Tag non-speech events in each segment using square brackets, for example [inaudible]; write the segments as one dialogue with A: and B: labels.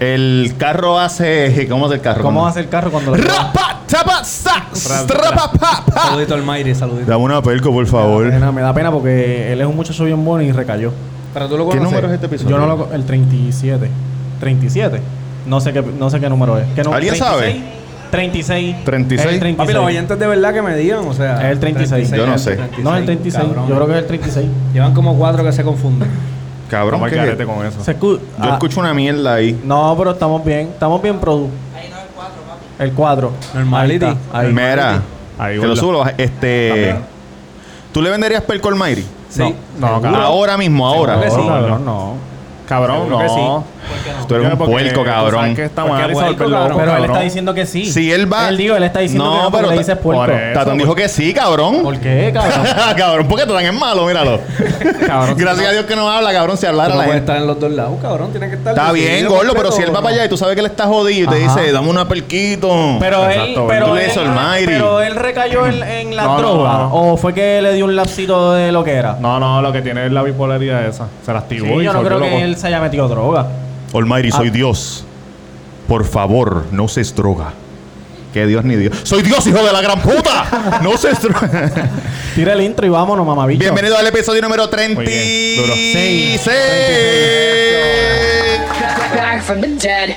A: El carro hace. [laughs] ¿Cómo hace el carro?
B: ¿Cómo hace el carro cuando lo
A: ¡Rapa! ¡Tapa! ¡Sax! ¡Trapa! pa, pa!
C: Saludito al Mayri, saludito.
A: Dame una pelco, por favor.
B: Me da pena, me da pena porque él es un muchacho bien bueno y recayó.
C: Pero tú lo
A: ¿Qué
C: conoces.
A: número es este episodio?
B: Yo no lo co- el 37. 37. No sé qué no sé qué número es. ¿Qué nu-
A: ¿Alguien sabe?
B: 36.
A: 36.
B: Es el
C: Papi, los oyentes de verdad que me digan, o sea.
B: Es el 36.
A: Yo no sé.
B: No, es el 36.
C: cabrón.
B: Yo creo que es el 36.
C: Llevan como cuatro que se confunden.
A: Cabrón,
D: Vamos al
A: ¿qué?
D: garete con eso.
B: Se escu-
A: Yo
B: ah,
A: escucho una mierda ahí.
B: No, pero estamos bien. Estamos bien, Produ. Ahí no, el 4, papi. El 4.
C: Normality.
B: Ahí
A: Ah,
B: está, ahí.
A: Mera.
D: Ahí,
A: Te lo
D: hola.
A: subo. lo bajas. Este.
D: También.
A: ¿Tú le venderías pelco al Mayri?
C: Sí.
D: No,
C: Seguro.
D: cabrón.
A: Ahora mismo, ahora.
C: Seguro que sí.
B: No, cabrón, no.
D: Cabrón,
A: No.
D: no.
A: Tú eres un
D: Porque
A: puerco,
D: tú
A: cabrón.
D: sabes que está
C: Porque
D: mal y se
C: puerco,
D: volvió loco,
C: cabrón.
B: Pero él
D: cabrón.
B: está diciendo que sí.
A: Si él va-
B: Él dijo, él está diciendo
A: No,
B: que no,
A: pero
B: pero le
A: ta-
B: dices puerco.
D: por eso.
A: Tatón dijo que sí, cabrón.
B: ¿Por qué, cabrón?
A: [laughs] cabrón, porque tú tan es malo, míralo.
D: Cabrón,
A: Gracias a Dios que no habla, cabrón, si
C: Tú
A: hablara
C: no
A: la
C: puedes
A: gente.
C: estar en los dos lados, cabrón. Tiene que estar.
A: Está
C: decidido
A: bien, gordo, pero
C: completo,
A: si él va para
C: ¿no?
A: allá y tú sabes que él está jodido y te
B: Ajá.
A: dice, dame una pelquito.
B: Pero él,
D: Exacto,
B: pero,
A: tú le
B: él,
A: dices al Mayri.
B: pero él recayó en, en la
D: No, no,
B: droga.
D: no.
B: ¿O fue que le dio un lapsito de lo que era?
D: No, no, lo que tiene es la bipolaridad esa. Se la
B: Sí,
D: activó y
B: yo
D: se
B: no creo
D: volvió
B: que
D: loco.
B: él se haya metido droga.
A: Almighty, soy Dios. Por favor, no se droga. Que Dios ni Dios. ¡Soy Dios, hijo de la gran puta! ¡No se droga!
B: Tira el intro y vámonos,
A: [laughs]
B: mamabicho.
A: Bienvenido al episodio número
D: bien, duro.
A: 36.
E: Back from the dead.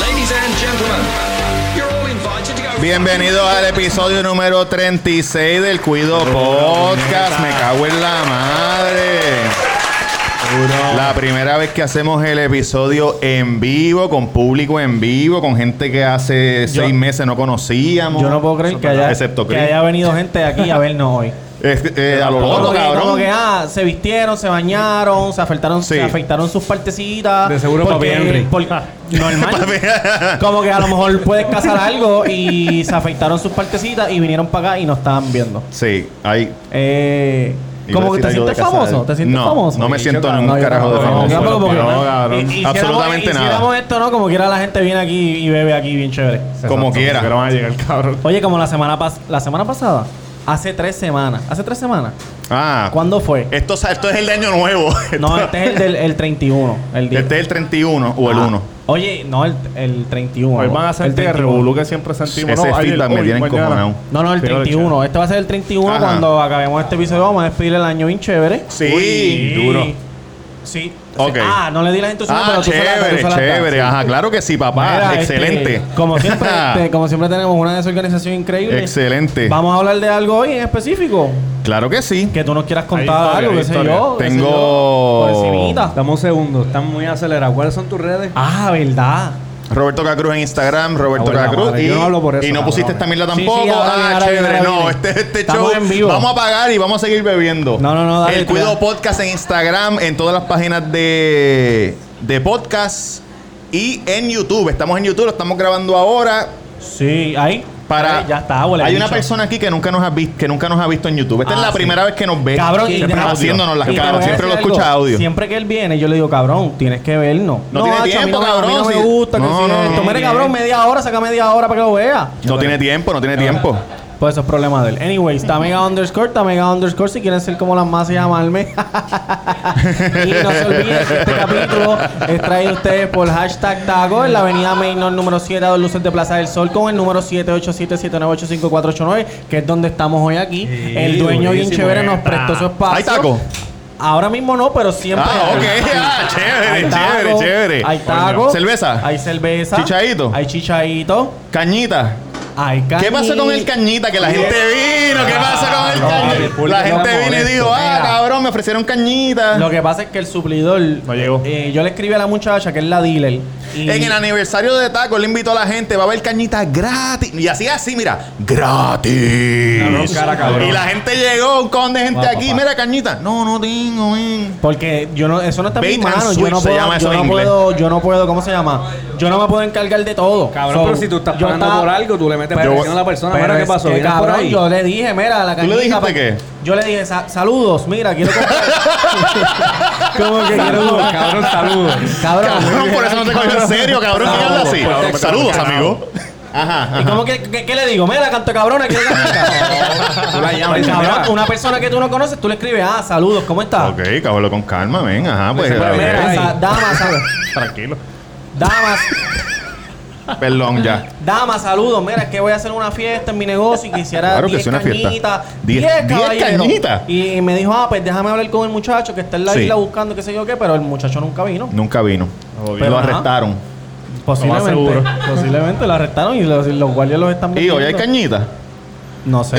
F: Ladies and gentlemen, you're all invited to go.
A: Bienvenido al episodio número 36 del Cuido Podcast. Me cago en la madre. La primera vez que hacemos el episodio en vivo, con público en vivo, con gente que hace
B: Yo-
A: seis meses no conocíamos.
B: Yo no puedo creer que haya,
A: Excepto
B: que
A: Chris.
B: haya venido gente aquí a vernos hoy.
A: Es- eh, a lo loco,
B: Como que- Como
A: cabrón.
B: que, ah, se vistieron, se bañaron, se afeitaron,
A: Sí.
B: se afeitaron sus partecitas.
C: De seguro
B: [laughs] porque-
C: papi Henry.
B: por- normal.
A: [laughs]
B: como que a lo mejor puedes cazar algo y se afeitaron sus partecitas y vinieron para acá y nos estaban viendo.
A: Sí, ahí.
B: Eh,
A: Iba
B: como
A: a
B: que
A: decir
B: te
A: algo
B: sientes
A: de casar.
B: famoso, te sientes
A: No,
B: famoso.
A: no me
B: Sí,
A: siento
B: yo
A: ningún
B: no, yo
A: carajo de
B: tampoco,
A: famoso.
B: yo tampoco, porque-
D: No, cabrón.
B: hi- hiciéramos-
A: Absolutamente nada.
B: Hiciéramos esto, ¿no? Como quiera la gente viene aquí y bebe aquí bien chévere.
A: Como quiera.
D: Pero van a llegar, cabrón.
B: Oye, como la semana pas la semana pasada, hace tres semanas, hace tres semanas,
A: Ah, [laughs]
B: ¿cuándo fue?
A: esto, sa- esto es el de año nuevo.
B: [laughs] No, este es el del el 31, el día.
A: Este es el 31 o el
B: Ah,
A: 1.
B: Oye, no, el, el 31.
D: Hoy van a
B: el
D: sentir el
B: 31.
D: revolú que siempre sentimos.
A: Ese
D: no, ayer,
A: feedback me
D: hoy,
A: tiene
D: mañana.
A: encojonado.
B: No, no, el
D: Pero
B: 31. Este va a ser el 31
A: Ajá.
B: cuando acabemos este episodio. Vamos a despedir el año bien chévere.
A: Sí.
D: duro.
B: Sí.
A: Ok.
B: Ah, no le di la gente su nombre,
A: Ah,
B: pero tú se la- tú
A: chévere,
B: se la-
A: chévere.
B: sí.
A: Ajá, claro que sí, papá.
B: Mira, este,
A: Excelente. [laughs]
B: como, siempre, este, como siempre tenemos una desorganización increíble.
A: Excelente.
B: Vamos a hablar de algo hoy en específico.
A: Claro que sí.
B: Que tú nos quieras contar
D: historia,
B: algo,
D: hay
B: qué sé
D: historia.
B: yo. qué sé
A: Tengo-
B: yo, por encimita.
C: Dame un Ah, segundo, están muy acelerados. ¿Cuáles son tus redes?
B: Ah, ¿verdad?
A: Roberto Cacruz en Instagram, Roberto
C: Abuela
A: Cacruz.
C: madre,
A: y,
C: yo no hablo por eso,
A: y no
C: cabrón.
A: pusiste esta mierda
B: Sí, sí,
A: tampoco.
B: ahora viene,
A: ah,
B: ahora viene,
A: chévere.
B: ahora
A: No,
B: viene.
A: este, este
B: Estamos
A: show.
B: en vivo.
A: Vamos a pagar y vamos a seguir bebiendo.
B: No, no, no, dale,
A: El Cuido
B: cuidado.
A: Podcast en Instagram, en todas las páginas de, de podcast y en YouTube. Estamos en YouTube, lo estamos grabando ahora.
B: Sí, ahí.
A: Para,
B: Ahí, ya está, abuela,
A: Hay
B: bicho.
A: una persona aquí que nunca nos ha visto, que nunca nos ha visto en YouTube. Esta
B: Ah,
A: es la
B: sí.
A: primera vez que nos ve.
B: Cabrón,
A: Siempre
B: y-
A: haciéndonos las
B: y te voy
A: caras.
B: a
A: Siempre lo
B: decir algo.
A: escucha audio.
B: Siempre que él viene, yo le digo, cabrón, tienes que vernos.
A: No tiene
B: macho, a mí
A: tiempo,
B: no me- a mí
A: cabrón,
B: No me
A: si-
B: gusta, que
A: No,
B: si
A: no,
B: esto.
A: no.
B: Mire, cabrón, media hora, saca media hora para que lo vea.
A: No tiene tiempo, no tiene tiempo.
B: Pues eso es problema de él. Anyways, Tamega underscore, Tamega underscore, si quieren ser como las más y llamarme. [laughs] y no se olviden que este capítulo es traído a ustedes por hashtag Tago en la avenida Mainor número 7 a dos luces de Plaza del Sol con el número 787-798-5489, que es donde estamos hoy aquí.
C: Sí,
B: el dueño bien
C: durísimo,
B: chévere nos
C: está.
B: prestó su espacio.
A: ¿Hay taco?
B: Ahora mismo no, pero siempre.
A: Ah,
B: hay.
A: ok. Ah,
B: Hay
A: [laughs] chévere,
B: taco,
A: chévere, chévere.
B: Hay taco.
A: ¿Cerveza?
B: Hay cerveza.
A: Chichaíto.
B: Hay chichaíto.
A: Cañita.
B: Hay
A: ¿Qué pasó con el
B: cañi-
A: cañita? Que la gente vino. ¿Qué pasó con el
C: no, el
A: cañita?
C: público
A: La
C: está
A: gente vino y
C: molesto.
A: dijo, ah,
B: Mira.
A: cabrón, me ofrecieron cañita.
B: Lo que pasa es que el suplidor. No
D: llegó.
B: yo le escribí a la muchacha que es la dealer. Y
A: En el aniversario de Taco, le invitó a la gente, va a haber cañita gratis. Y así, así, mira, gratis.
C: Cabrón, cara, cabrón.
A: Y la gente llegó, un con de gente
C: Va,
A: aquí,
C: papá.
A: mira, cañita. No, no tengo, men.
B: Porque yo no, eso no está en mis
A: Bait and
B: manos. Yo
A: switch
B: no
A: se
B: puedo,
A: llama eso
B: yo
A: en
B: no
A: inglés.
B: puedo, yo no puedo, ¿cómo se llama? Yo no me puedo encargar de todo.
C: Cabrón,
B: So,
C: pero si tú estás
B: yo
C: pagando
B: estaba-
C: por algo, tú le metes
B: Pero-
C: presión a la persona.
B: pero
C: Mira qué
B: es
C: pasó,
B: que,
C: vienes por
B: cabrón,
C: ahí.
B: yo le dije, mira, la
A: ¿Tú le
B: cañita
A: dijiste
B: pa-
A: qué? dijiste?
B: Yo le dije, "Sa- saludos, mira, quiero comprar.
C: [laughs]
B: Como que quiero
C: Saludos,
B: comprar.
C: cabrón, saludos.
B: Cabrón.
A: Cabrón, por eso no te cogió en serio, cabrón. ¿Qué hablas así?
D: Cabrón, cabrón,
A: Saludos,
D: cabrón.
A: amigo. Ajá,
B: ¿Y
A: ajá.
B: cómo que, que- qué le digo? Mira, canto de cabrona, quiero comprar.
C: Tú la llamas y dices,
B: Cabrón,
C: mira,
B: una persona que tú no conoces, tú le escribes, ah, saludos, ¿cómo estás?
A: Ok, cabrón, con calma, ven. Ajá, pues.
C: Mira,
A: a ver.
B: Mira,
C: Ahí.
B: esa- damas,
A: [laughs]
D: Tranquilo.
B: damas,
A: Perdón, ya.
B: damas, saludos. Mira, es que voy a hacer una fiesta en mi negocio y quisiera
A: Claro que
B: 10
A: sí, una fiesta.
B: cañitas.
A: Diez-
B: 10
A: diez
B: caballeros.
A: cañitas.
B: Y me dijo, ah, pues déjame hablar con el muchacho que está en la
A: Sí. Mm,
B: isla buscando qué sé yo qué, pero el muchacho nunca vino.
A: Nunca vino.
D: Obvio.
A: Lo
B: Ajá.
A: arrestaron.
D: Lo
B: Posiblemente.
D: más
B: posiblemente lo arrestaron y los, los guardias los están
A: Y hoy hay
B: persiguiendo.
A: cañita. [laughs]
B: No sé.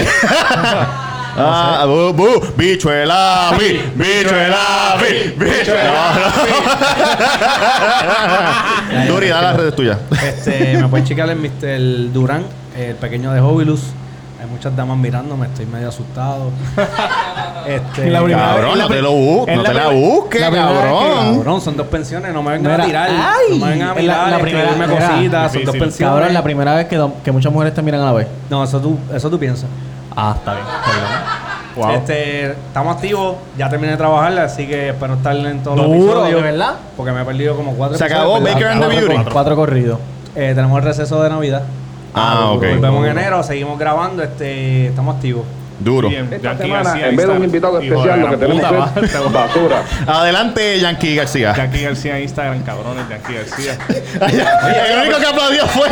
A: Ah, bu, bu, bichuela, bi, bichuela, bi, bichuela. No, no. Duri, da las redes tuyas.
C: Este, me pueden checar en Mr. Durán, el pequeño de Hobilus. Hay muchas damas mirándome, estoy medio asustado. Este,
B: Y la primera vez-
A: Cabrón,
B: es la
A: no te
B: pri-
A: lo busques,
B: es
A: no
B: la
A: te la
B: pri-
A: busques,
C: la primera vez que-
A: cabrón.
C: cabrón, son dos pensiones, no me vengan
B: Mira,
C: a tirar.
B: ay,
C: no me vengan a
B: es la-
C: mirar,
B: la
C: la,
B: primera- mira,
C: cositas, son dos
D: difícil.
C: pensiones.
B: Cabrón, la primera vez que, do- que muchas mujeres te miran a la vez.
C: No, eso tú, eso tú piensas.
B: Ah, está bien.
D: Wow.
C: Este, estamos activos, ya terminé de trabajar, así que espero estar en todos los
B: Duro,
C: episodios.
B: ¿de verdad?
C: Porque me he perdido como cuatro
A: Se acabó
C: episodios,
A: Baker
C: ¿verdad?
A: and the
B: Cuatro,
A: Beauty.
B: cor- cuatro corridos.
C: Eh, tenemos el receso de Navidad.
A: Ah, ok.
C: Volvemos en enero, seguimos grabando, este, estamos activos.
A: Duro.
D: Bien,
F: Esta
D: Yankee
F: semana,
D: García.
F: en vez de un
D: Instagram.
F: invitado
D: Hijo
F: especial,
D: de
F: lo que
D: la puta,
F: tenemos es
D: basta.
F: basura.
A: Adelante, Yankee García.
D: Yankee García en Instagram, cabrones. Yankee García.
A: El único que aplaudió fue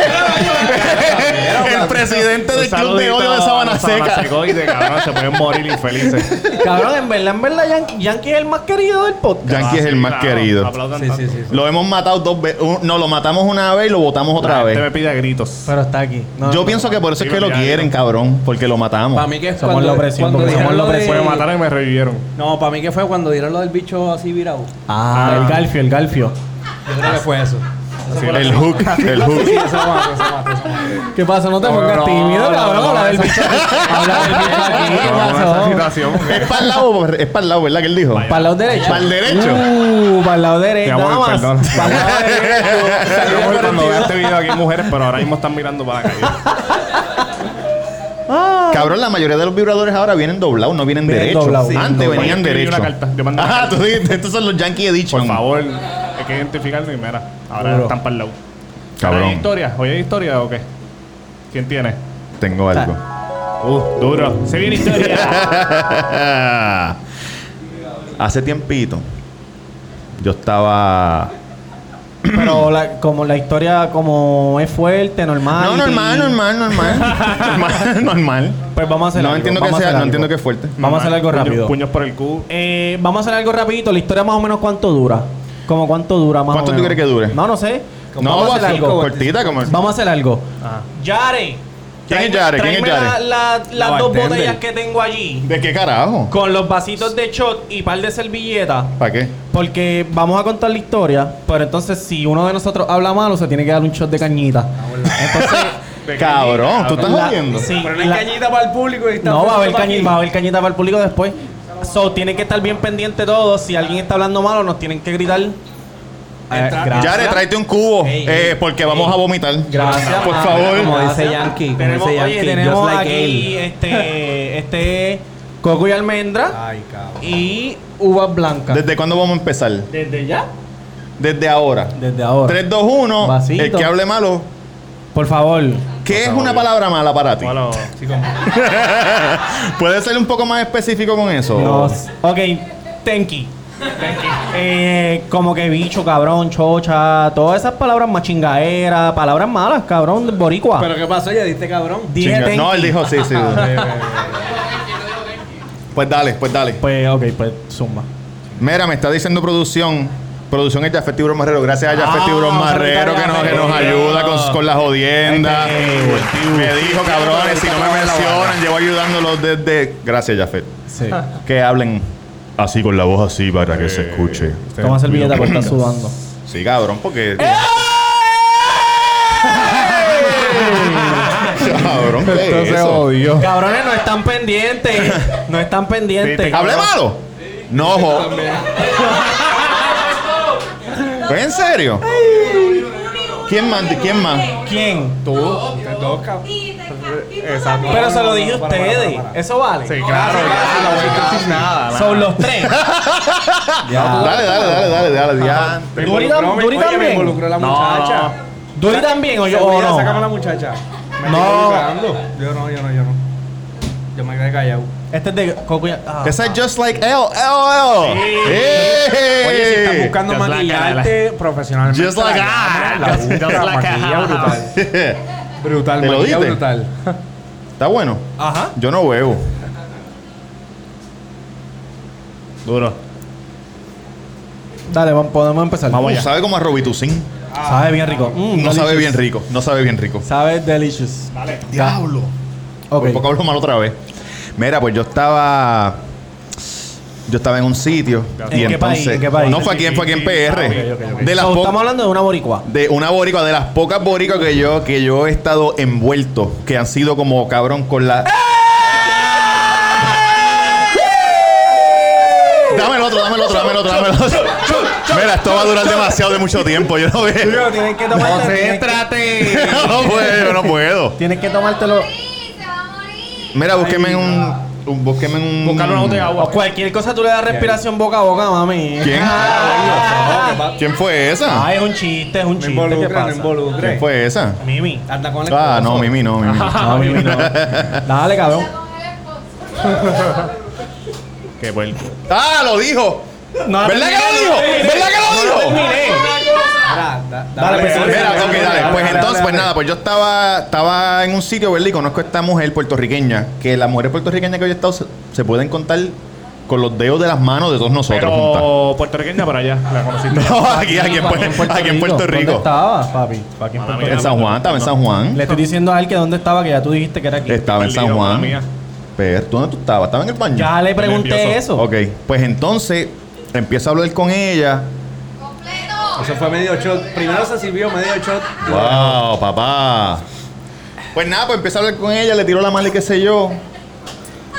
A: el presidente Este del
D: Un
A: Club de
D: Pues saludito
A: Odio de Sabana
D: a Sabana
A: Seca.
D: Secoide, cabrón. Se pueden morir infelices.
B: Cabrón, en verdad, en verdad, Yankee, Yankee es el más querido del podcast.
A: Yankee es el más
D: Claro,
A: querido.
D: aplaudan
C: Sí,
D: tanto.
C: sí, sí. sí.
A: Lo hemos matado dos veces. No, lo matamos una vez y lo votamos
D: La
A: otra
D: gente me
A: vez.
D: pide a gritos.
B: Pero está aquí. No,
A: Yo
B: no.
A: pienso que por eso es
D: Sí,
A: que lo
D: mira,
A: quieren,
D: mira.
A: cabrón. Porque lo
C: Para
A: matamos.
C: mí que es
B: Somos
C: cuando,
B: la opresión,
C: cuando
B: porque
C: dijeron
B: somos
C: lo
B: la
C: de-
B: opresión.
D: Me mataron y me revivieron.
C: No, para mí que fue cuando dieron lo del bicho así virado.
B: Ah, el Galfio, el Galfio.
C: Yo creo que fue eso.
A: El hook, el
B: [laughs]
A: hook.
C: Sí, eso mata, eso mata, eso mata.
B: ¿Qué pasa? No te
C: No,
B: pongas
C: no,
B: tímido,
C: no,
B: cabrón.
C: no,
B: Habla del
C: no,
B: bicho. Habla del bicho aquí. ¿Qué
D: No, esa
B: pasó?
D: situación.
A: Es para el lado, es para el lado, ¿verdad? Que él dijo.
B: Para el lado derecho.
A: Para el derecho.
B: Uh, para el lado derecho.
D: Mi amor,
B: Damas.
D: perdón.
B: Para el lado derecho.
D: Yo voy cuando vea este video aquí hay mujeres, pero ahora mismo están mirando para la calle.
A: Cabrón, la mayoría de los vibradores ahora vienen doblados, no vienen
B: Vienen
A: derechos.
B: doblados. Sí,
A: Antes
D: doblados.
A: venían
D: Yo escribí
A: derechos.
D: una carta, yo mandé una
A: Ah,
D: carta.
A: tú dijiste, estos son los Yankee Edition.
D: Por favor, hay que identificarlo y mira, ahora
B: Duro.
D: están para el lado.
A: Cabrón.
D: ¿Hay historia? ¿Hoy hay historia o qué? ¿Quién tiene?
A: Tengo algo. [laughs]
D: Uh, duro. Se viene historia.
A: Hace tiempito, yo estaba.
B: Pero la, como la historia como es fuerte, normal.
A: No,
B: y-
A: normal, normal,
B: [laughs]
A: normal. normal, normal.
B: Pues vamos a hacer
A: No
B: algo,
A: entiendo que
B: vamos a
A: sea,
B: hacer
A: no
B: algo.
A: entiendo que es fuerte.
B: Vamos a hacer algo
D: Puños-
B: rápido.
D: Puños por el culo.
B: Eh, vamos a hacer algo rapidito. La historia más o menos cuánto dura. Como cuánto dura más
A: ¿Cuánto
B: o
A: tú
B: menos?
A: crees que dure?
B: No, no sé.
A: No, va
B: vamos a
A: a
B: hacer
A: ser
B: algo.
A: cortita como.
B: Vamos a hacer algo. Yare.
A: ¿Quién es
B: tráeme-
A: Yare? ¿Quién es
B: tráeme
A: Yare?
B: la- la-
C: La
B: las dos
C: bartender.
B: botellas que tengo allí.
A: ¿De qué carajo?
B: Con los vasitos de shot y par de servilletas.
A: ¿Para qué?
B: Porque vamos a contar la historia. Pero entonces, si uno de nosotros habla malo, se tiene que dar un shot de cañita.
A: [laughs]
B: Entonces.
A: Cabrón, tú estás
B: la-
A: jodiendo.
B: sí,
C: Pero no hay
B: la-
C: cañita para el público y está
B: No, va a, haber
C: puesto para aquí.
B: cañita, va a haber cañita para el público después. So, tienen que estar bien pendiente todos. Si alguien está hablando malo, nos tienen que gritar. Eh,
C: Entra-
B: gracias.
A: Yare, tráete un cubo, eh, porque vamos a vomitar.
B: Gracias,
A: Por
B: madre.
A: favor.
C: Ah, Como dice
B: Gracias.
C: Yankee. Como
B: Tenemos,
C: dice Yankee.
B: oye, tenemos
C: just like
B: aquí este, este coco y almendra
C: Ay, cabrón.
B: y uvas blancas.
A: ¿Desde cuándo vamos a empezar?
B: ¿Desde ya?
A: Desde ahora.
B: Desde ahora.
A: 3, 2, 1.
B: Vasito.
A: El que hable malo.
B: Por favor.
A: ¿Qué es una palabra mala para ti?
D: Bueno,
C: Sí, como-
A: ¿Puedes ser un poco más específico con eso?
B: Nos, ok, tenki. Eh, como que bicho, cabrón, chocha, todas esas palabras machingaeras, palabras malas, cabrón, del boricua.
C: Pero ¿qué pasó? Ya diste cabrón.
B: Dije
A: Chinga-
B: tenki.
A: No, él dijo sí,
B: [laughs]
A: sí. pues dale, pues dale.
B: Pues, ok, pues suma.
A: Mira, me está diciendo producción. Producción es Jafet Tiburón Marrero. Gracias a Jafet
B: Ah,
A: Tiburón Marrero
B: saludos a
A: que nos, que
B: Jafet.
A: nos ayuda con, con las jodiendas. Me dijo, cabrones, si no me mencionan, llevo ayudándolos desde. Gracias, Jafet.
B: Sí.
A: Que hablen así con la voz así para que se escuche.
B: Toma servilleta porque está sudando.
A: Sí, cabrón, porque. cabrón, ¿qué es
D: Entonces
A: eso?
D: odio.
B: Cabrones, no están pendientes.
C: [laughs]
B: No están
D: Sí,
B: pendientes.
D: te-
A: ¿Hablé malo? No, jo. ¿En serio? ¿Quién más? ¿Quién más?
B: ¿Quién?
D: Tú. Dos, cabrón. Exacto.
B: Pero se lo dije a
C: Para, para,
B: ustedes.
C: para, para.
B: Eso vale.
D: Sí,
A: Ah,
D: claro.
C: claro,
D: ya,
C: claro,
D: no voy a decir nada. nada.
B: Son los tres.
A: Dale, dale, dale, dale, dale. Ya.
D: Me
B: Duri
D: involucró,
B: tam-
D: me-
B: Duri
D: oye,
B: también.
D: Me involucró la
C: No.
D: muchacha.
B: Duri también o yo. o
C: Seguridad, sácame a la
B: no.
C: muchacha. Me
B: No.
C: estoy involucrando. Yo no, yo no, yo no. Yo me quedé callado.
B: Este es de Cocuya. Ah.
A: Esa es just like L, L, L. ¡Ey!
C: Oye, si estás buscando
D: Just like
C: maquillarte profesionalmente.
A: Just like
C: la
A: that.
C: llama, la
D: Just-
C: busca,
D: just like
C: maquilla
D: that.
C: brutal.
A: [laughs] Está
C: Brutal,
A: ¿Te lo
C: maquilla
A: diste?
C: brutal.
A: bueno.
B: Ajá.
A: Yo no bebo. Duro.
B: Dale, vam- podemos empezar.
A: Vamos, Uh, sabe como a Robitussin.
B: Sabe bien rico. Mm,
A: No sabe
B: delicious.
A: bien rico. No sabe bien rico.
B: Sabe delicious. Dale. Diablo.
A: Por
B: Ok.
A: poco hablo mal otra vez. Mira, pues yo estaba. Yo estaba en un sitio.
B: ¿En
A: y
B: qué país?
A: entonces,
B: ¿En qué país?
A: No fue aquí, fue aquí en PR.
D: Ah, ok, ok, ok.
A: De las
B: So,
A: po-
B: estamos hablando de una boricua.
A: de una boricua, de las pocas boricuas que yo, que yo he estado envuelto, que han sido como cabrón con
B: ¡Eh!
A: la. Dame el otro, dame el otro, dame el otro, dame el otro. Mira, esto va a durar demasiado de mucho tiempo. Yo no veo.
B: Tienes que
D: ¡Concéntrate!
A: [laughs] No puedo, no puedo.
B: Tienes que tomártelo.
G: se va a morir.
A: Mira, búsqueme en un. un búsqueme en un.
D: Buscar una botella de agua.
B: Cualquier cosa tú le das respiración boca a boca, mami.
A: ¿Quién? Ah, ¿Quién fue esa?
B: Ah, es un chiste, es un
C: Me
B: chiste. ¿Qué
C: involucré, me
B: pasa?
A: ¿Quién
C: involucré.
A: fue esa?
B: Mimi.
C: Anda con el
A: Ah, no,
C: esposo.
A: Mimi, no, Ah, Mimi.
B: No, Mimi no. Dale, cabrón.
D: Qué vuelto.
A: ¡Ah, lo dijo!
B: No,
A: ¿Verdad que lo dijo? ¿Verdad que lo dijo?
C: Mira, da-
B: Dale, pues,
A: Mira,
B: Dale,
A: ok,
B: dale,
A: dale.
B: dale,
A: Pues
B: dale,
A: entonces,
B: dale,
A: pues
B: dale.
A: nada, pues yo estaba, estaba en un sitio, ¿verdad? Y conozco a esta mujer puertorriqueña, que las mujeres puertorriqueñas que yo he estado se, se pueden contar con los dedos de las manos de todos nosotros
B: [laughs]
A: juntas.
D: Pero puertorriqueña para allá. La conociste.
A: No, aquí, aquí, en, Puer- aquí en Puerto
B: ¿Dónde
A: Rico.
B: estaba, papi?
D: Mala mía,
A: En San Juan, estaba en San Juan.
B: Le estoy diciendo a él que dónde estaba, que ya tú dijiste que era aquí.
A: Estaba en
D: Perdido,
A: San
D: mala
A: Juan.
D: mía.
A: Pero, ¿tú dónde tú estabas? ¿Estaba en el baño?
B: Ya le pregunté
D: nervioso.
B: eso.
A: Ok, pues entonces empiezo a hablar con ella.
C: Eso fue medio shot. Primero se sirvió medio shot.
A: ¡Wow, papá! Pues nada, pues empiezo a hablar con ella, le tiro la mano y qué sé yo.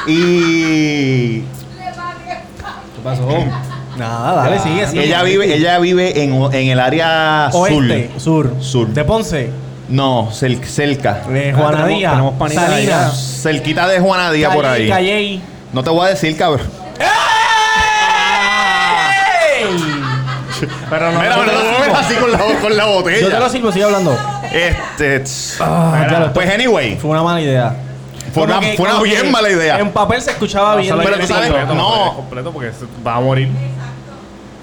A: Y
C: ¿Qué pasó?
B: Nada, dale, sigue, sigue.
A: ella vive, ella vive en, en el área
B: Oeste,
A: sur.
B: sur.
A: Sur.
B: De Ponce.
A: No, cel- cerca.
B: De Eh, Juana
C: tenemos-
B: Díaz.
C: tenemos panita de allá.
B: Salinas.
A: Cerquita de Juana Díaz por
B: Calle,
A: ahí.
B: Calle.
A: No te voy a decir, cabrón.
D: Pero no.
A: Mira,
D: no,
A: pero
D: no,
A: no me así con la, con la
B: Yo te
A: botella.
B: lo sirvo, sigue hablando.
A: Este. tss.
B: Ah, ya lo-
A: pues anyway,
B: Fue una mala idea.
A: fue
B: Como
A: una,
B: que-
A: fue una
B: como que
A: bien mala idea.
B: En papel se escuchaba bien.
D: no,
A: Pero
D: no,
A: tú sabes-
D: completo,
A: no.
D: Completo porque se va a morir.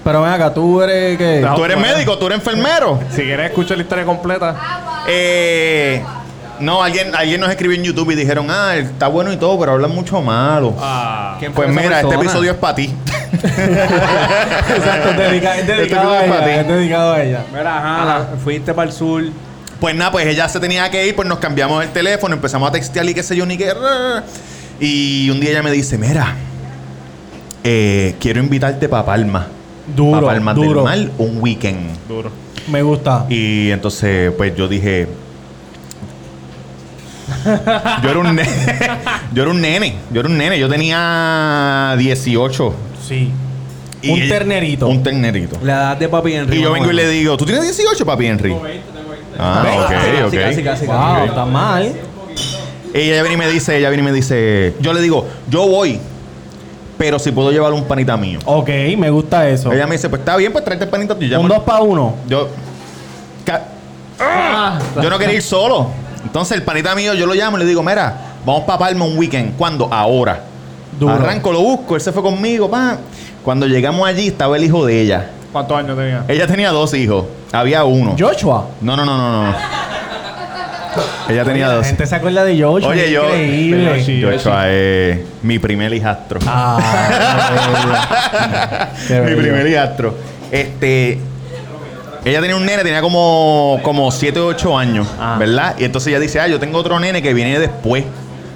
B: Pero ven acá, tú eres que.
D: No.
A: Tú eres médico, tú eres enfermero.
D: Si quieres escuchar la historia completa.
A: Eh, no, alguien, alguien nos escribió en YouTube y dijeron, ah, está bueno y todo, pero hablan mucho malo.
D: Ah.
C: ¿Quién fue
A: pues
C: esa
A: mira, este
C: persona?
A: episodio es para ti.
B: [laughs] [laughs] Exacto,
A: [laughs]
B: es dedica- es
A: Este
B: dedicado a
A: episodio es pa'
B: ella.
A: ti.
B: Es dedicado a ella.
C: Mira, ajá, la- fuiste para el sur.
A: Pues nada, pues ella se tenía que ir, pues nos cambiamos el teléfono, empezamos a textear y qué sé yo, ni qué. rrr. Y un día ella me dice, mira, eh, quiero invitarte para Palma.
B: Duro,
A: Para Palma
B: duro.
A: del Mar, un weekend.
D: Duro.
B: Me gusta.
A: Y entonces, pues yo dije. Yo era un nene. [laughs] yo era un nene. Yo era un nene. Yo tenía 18.
B: Sí.
A: Y
B: Un
A: ella-
B: ternerito.
A: Un ternerito.
C: La edad de papi Henry.
A: Y yo
C: más o
A: vengo y le
C: menos.
A: digo, ¿tú tienes 18, papi Henry? Ah, ok, ok.
C: Casi, casi, casi,
B: Wow,
C: casi.
B: está mal.
A: Ella viene y me dice, ella viene y me dice, yo le digo, yo voy, pero si puedo llevar un panita mío.
B: Ok, me gusta eso.
C: Oh.
A: Ella me dice, pues está bien, pues tráete el panita tuyo.
B: Un
A: Yo-
B: 2 para 1.
A: Yo, ca-
B: Ah.
A: yo no quería ir solo. Entonces el panita mío, yo lo llamo y le digo, mira, vamos para Palma un weekend. ¿Cuándo? Ahora.
B: Duro.
A: Arranco, lo busco, él se fue conmigo, pa. Cuando llegamos allí estaba el hijo de ella.
D: ¿Cuántos años tenía?
A: Ella tenía dos hijos, había uno.
B: Joshua.
A: No, no, no, no, no. ella tenía
B: La
A: dos.
B: gente se acuerda de Joshua.
A: Oye, yo-
B: Increíble. [laughs]
D: Sí,
A: Yo
D: sí.
A: hecho a, eh, mi primer hijastro.
B: Ah, qué bello.
A: mi primer hijastro. Este. Ella tenía un nene, tenía como, como 7 o 8 años,
B: Ah.
A: ¿verdad? Y entonces ella dice, ah, yo tengo otro nene que viene después.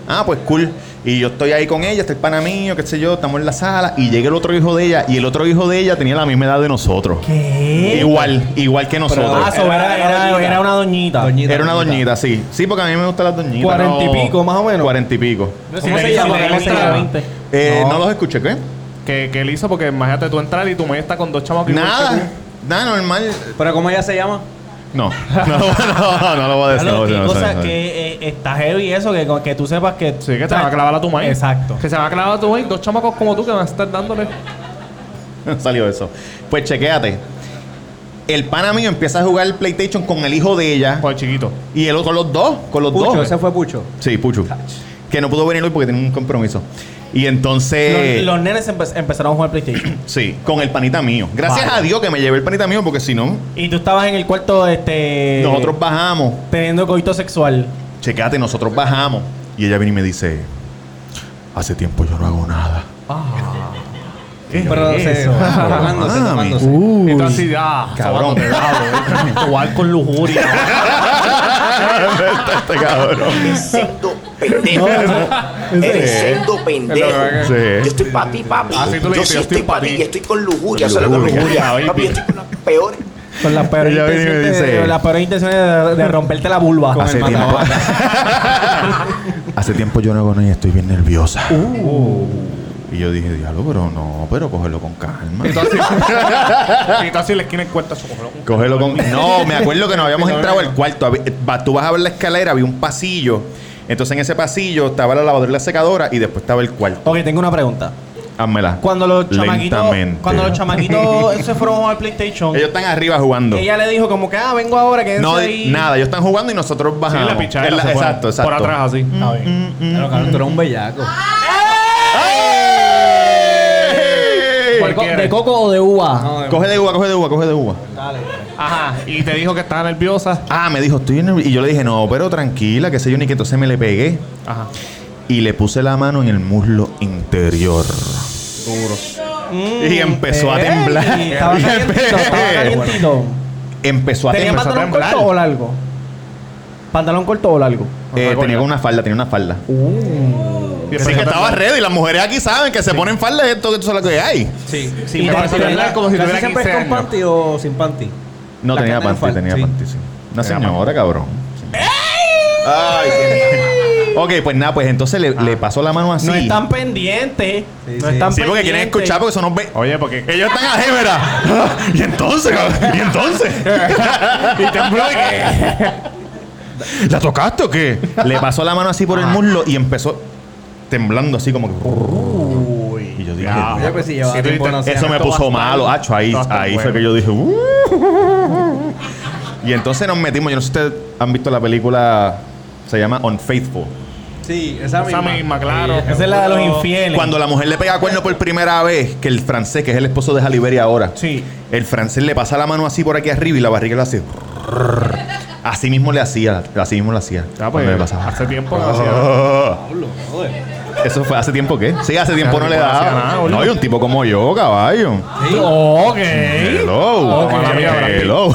A: Ah, pues cool. Y yo estoy ahí con ella, está el pana mío, qué sé yo, estamos en la sala. Y llega el otro hijo de ella, y el otro hijo de ella tenía la misma edad de nosotros.
B: ¿Qué?
A: Igual, igual que nosotros.
B: Ah, so era, era, era una doñita.
C: Doñita.
A: Era una doñita, sí. Sí, porque a mí me gustan las doñitas.
B: Cuarenta y
A: pero-
B: pico, más o menos.
A: Cuarenta y pico.
B: ¿Cómo se llama? ¿Cómo se llama?
A: Eh,
B: No.
A: no. los escuché, ¿qué?
D: Que, que él hizo porque imagínate tú entrar y tu media está con dos chavos que igual que
A: Nada.
D: tú.
A: Nada, normal.
C: Pero ¿cómo ella se llama?
A: No, [laughs] no, no, no lo voy a decir. no lo voy a
B: Claro, qué
A: decir, no,
B: cosa
A: no, no.
B: que eh, está heavy eso, que, que tú sepas que...
D: Sí, que te va a clavar a tu maíz.
B: Exacto.
D: Que se va a clavar a tu maíz. Dos chamacos como tú que van a estar dándole.
A: Salió [laughs] eso. Pues chequéate. El pana mío empieza a jugar el PlayStation con el hijo de ella.
D: Por el chiquito.
A: Y el otro, con los dos, con los
C: Pucho,
A: dos.
C: ese fue Pucho.
A: Sí, Puchu. Que no pudo venir hoy porque tenía un compromiso. Y entonces.
B: Los, los nenes empe- empezaron a jugar PlayStation. [clears throat]
A: Sí, con el panita mío. Gracias
B: Vale.
A: a Dios que me llevé el panita mío porque si no,
B: y tú estabas en el cuarto, este...
A: nosotros bajamos.
B: Teniendo coito sexual.
A: Chequéate, nosotros bajamos. Y ella viene y me dice: Hace tiempo yo no hago nada.
C: Pero se
D: eso?
C: tomándose,
A: Mami.
C: tomándose.
D: Y tú así, ah,
A: Cabrón.
D: sábate, dale. Jugar con lujuria.
A: [laughs] este cabrón.
H: Excepto
A: [laughs]
H: pendejo. Excepto pendejo.
D: Es
A: lo que-
H: Yo estoy para ti, papi.
D: Así tú le
H: yo
D: dijiste,
H: sí
D: yo estoy
H: estoy
D: pa'
H: para ti
D: ti.
H: y estoy con lujuria.
A: Con
H: Solo con
A: lujuria,
H: lujuria.
A: baby.
H: Papi, yo estoy con las peores.
B: Con las
A: [laughs]
B: peores
A: Ella viene y me
B: intenciones de-
A: dice-
B: las peores intenciones de, de romperte la vulva.
C: Con
A: Hace
C: el
A: tiempo.
C: matavaca.
A: [laughs] Hace tiempo yo no hago nada y estoy bien nerviosa. Y yo dije, diablo, pero no, pero cógelo con calma.
D: Y tú así. Y tú así en la esquina encuentras su cógelo con-
A: [laughs] Cógelo con. No, me acuerdo que nos habíamos entrado al cuarto. Habí- va- Tú vas a ver la escalera, había un pasillo. Entonces en ese pasillo estaba la lavadora y la secadora y después estaba el cuarto.
B: Ok, tengo una pregunta.
A: Házmela.
B: Cuando los chamaquitos...
A: Lentamente.
B: Cuando los
A: [laughs]
B: chamaquitos se fueron a jugar PlayStation...
A: Ellos están arriba jugando.
B: Ella le dijo como que, ah, vengo ahora, quédense
A: No,
B: ahí.
A: nada, ellos están jugando y nosotros
D: Sí,
A: bajamos.
D: la pichadera.
A: Es la-
D: se fue.
A: exacto, exacto.
D: Por atrás así. Está bien.
C: Claro, cabrón, tú eres un bellaco.
A: ¡Ey!
D: ¿Cuál
B: ¿De, co-
D: quieres?
B: de coco o de uva?
C: No, de-
A: Coge de uva, coge de uva, coge de uva.
D: Ajá. Y te dijo que estaba nerviosa.
A: Ah, me dijo, estoy nervioso. Y yo le dije, no, pero tranquila, que sé yo, ni que entonces me le pegué.
D: Ajá.
A: Y le puse la mano en el muslo interior. Y empezó a
B: Mm. Ey,
A: temblar. [laughs]
B: Estaba
A: Y
B: calientito, estaba
A: empe-
B: calientito.
A: Empezó a
B: ¿Tenía
A: temblar.
B: pantalón
D: temblar.
B: corto o largo? ¿Pantalón corto o largo?
A: Eh, tenía una falda, tenía una falda.
D: Y
A: Así que estaba ready. Las mujeres aquí saben que se ponen falda y esto, que esto es lo que hay.
C: Sí, sí.
B: Y
C: pero
B: te-
C: si
B: te-
C: hablar como si
D: casi
C: tuviera
D: siempre
C: 15
D: es con
C: años.
D: panty
C: o sin panty?
A: No,
C: La
A: tenía
C: cadena
A: panty,
C: fal-
A: tenía
C: sí.
A: panty, sí. Una
D: Tenía
A: señora, cabrón. Ay, qué- Ok, pues nada, pues entonces le,
C: Ah.
A: le pasó la mano así.
B: No están pendientes.
C: Sí,
B: no
C: sí.
B: están
A: Sí, porque quieren
B: pendientes.
A: escuchar porque son unos ve-
D: Oye, porque.
A: Ellos están a gémera. [laughs] y entonces, cabrón? y entonces. [laughs]
D: y tembló y que.
A: ¿La tocaste o qué? Le pasó la mano así por el muslo y empezó temblando así como que. Y yo dije,
D: ya.
A: "Diablo".
C: Oye, pues si llevaba
D: Sí, tú
C: tiempo, no
D: dices,
C: sé.
A: eso me
D: esto va a
A: puso
D: estar-
A: malo, hacho. Ahí,
D: esto va a estar
A: ahí fue
D: bueno.
A: que yo dije, "Uh". Y entonces nos metimos. Yo no sé si ustedes han visto la película, se llama Unfaithful.
C: Sí, esa misma.
D: Esa misma, claro.
B: Esa es la de los infieles.
A: Cuando la mujer le pega cuerno por primera vez, que el francés, que es el esposo de Jaliberia ahora,
B: Sí.
A: el francés le pasa la mano así por aquí arriba y la barriga le hace. Así mismo le hacía, así mismo le hacía.
D: Ya,
A: cuando le
D: pues.
A: pasaba. [laughs]
D: Hace tiempo que no hacía.
A: Ah.
C: Pablo, joder.
A: Eso fue hace tiempo que. Sí, hace tiempo no le
D: tiempo no hacía
A: daba.
D: nada,
A: No,
D: boludo.
A: hay un tipo como yo, caballo.
D: Ok.
A: Hello.
D: Ok.
A: Hello.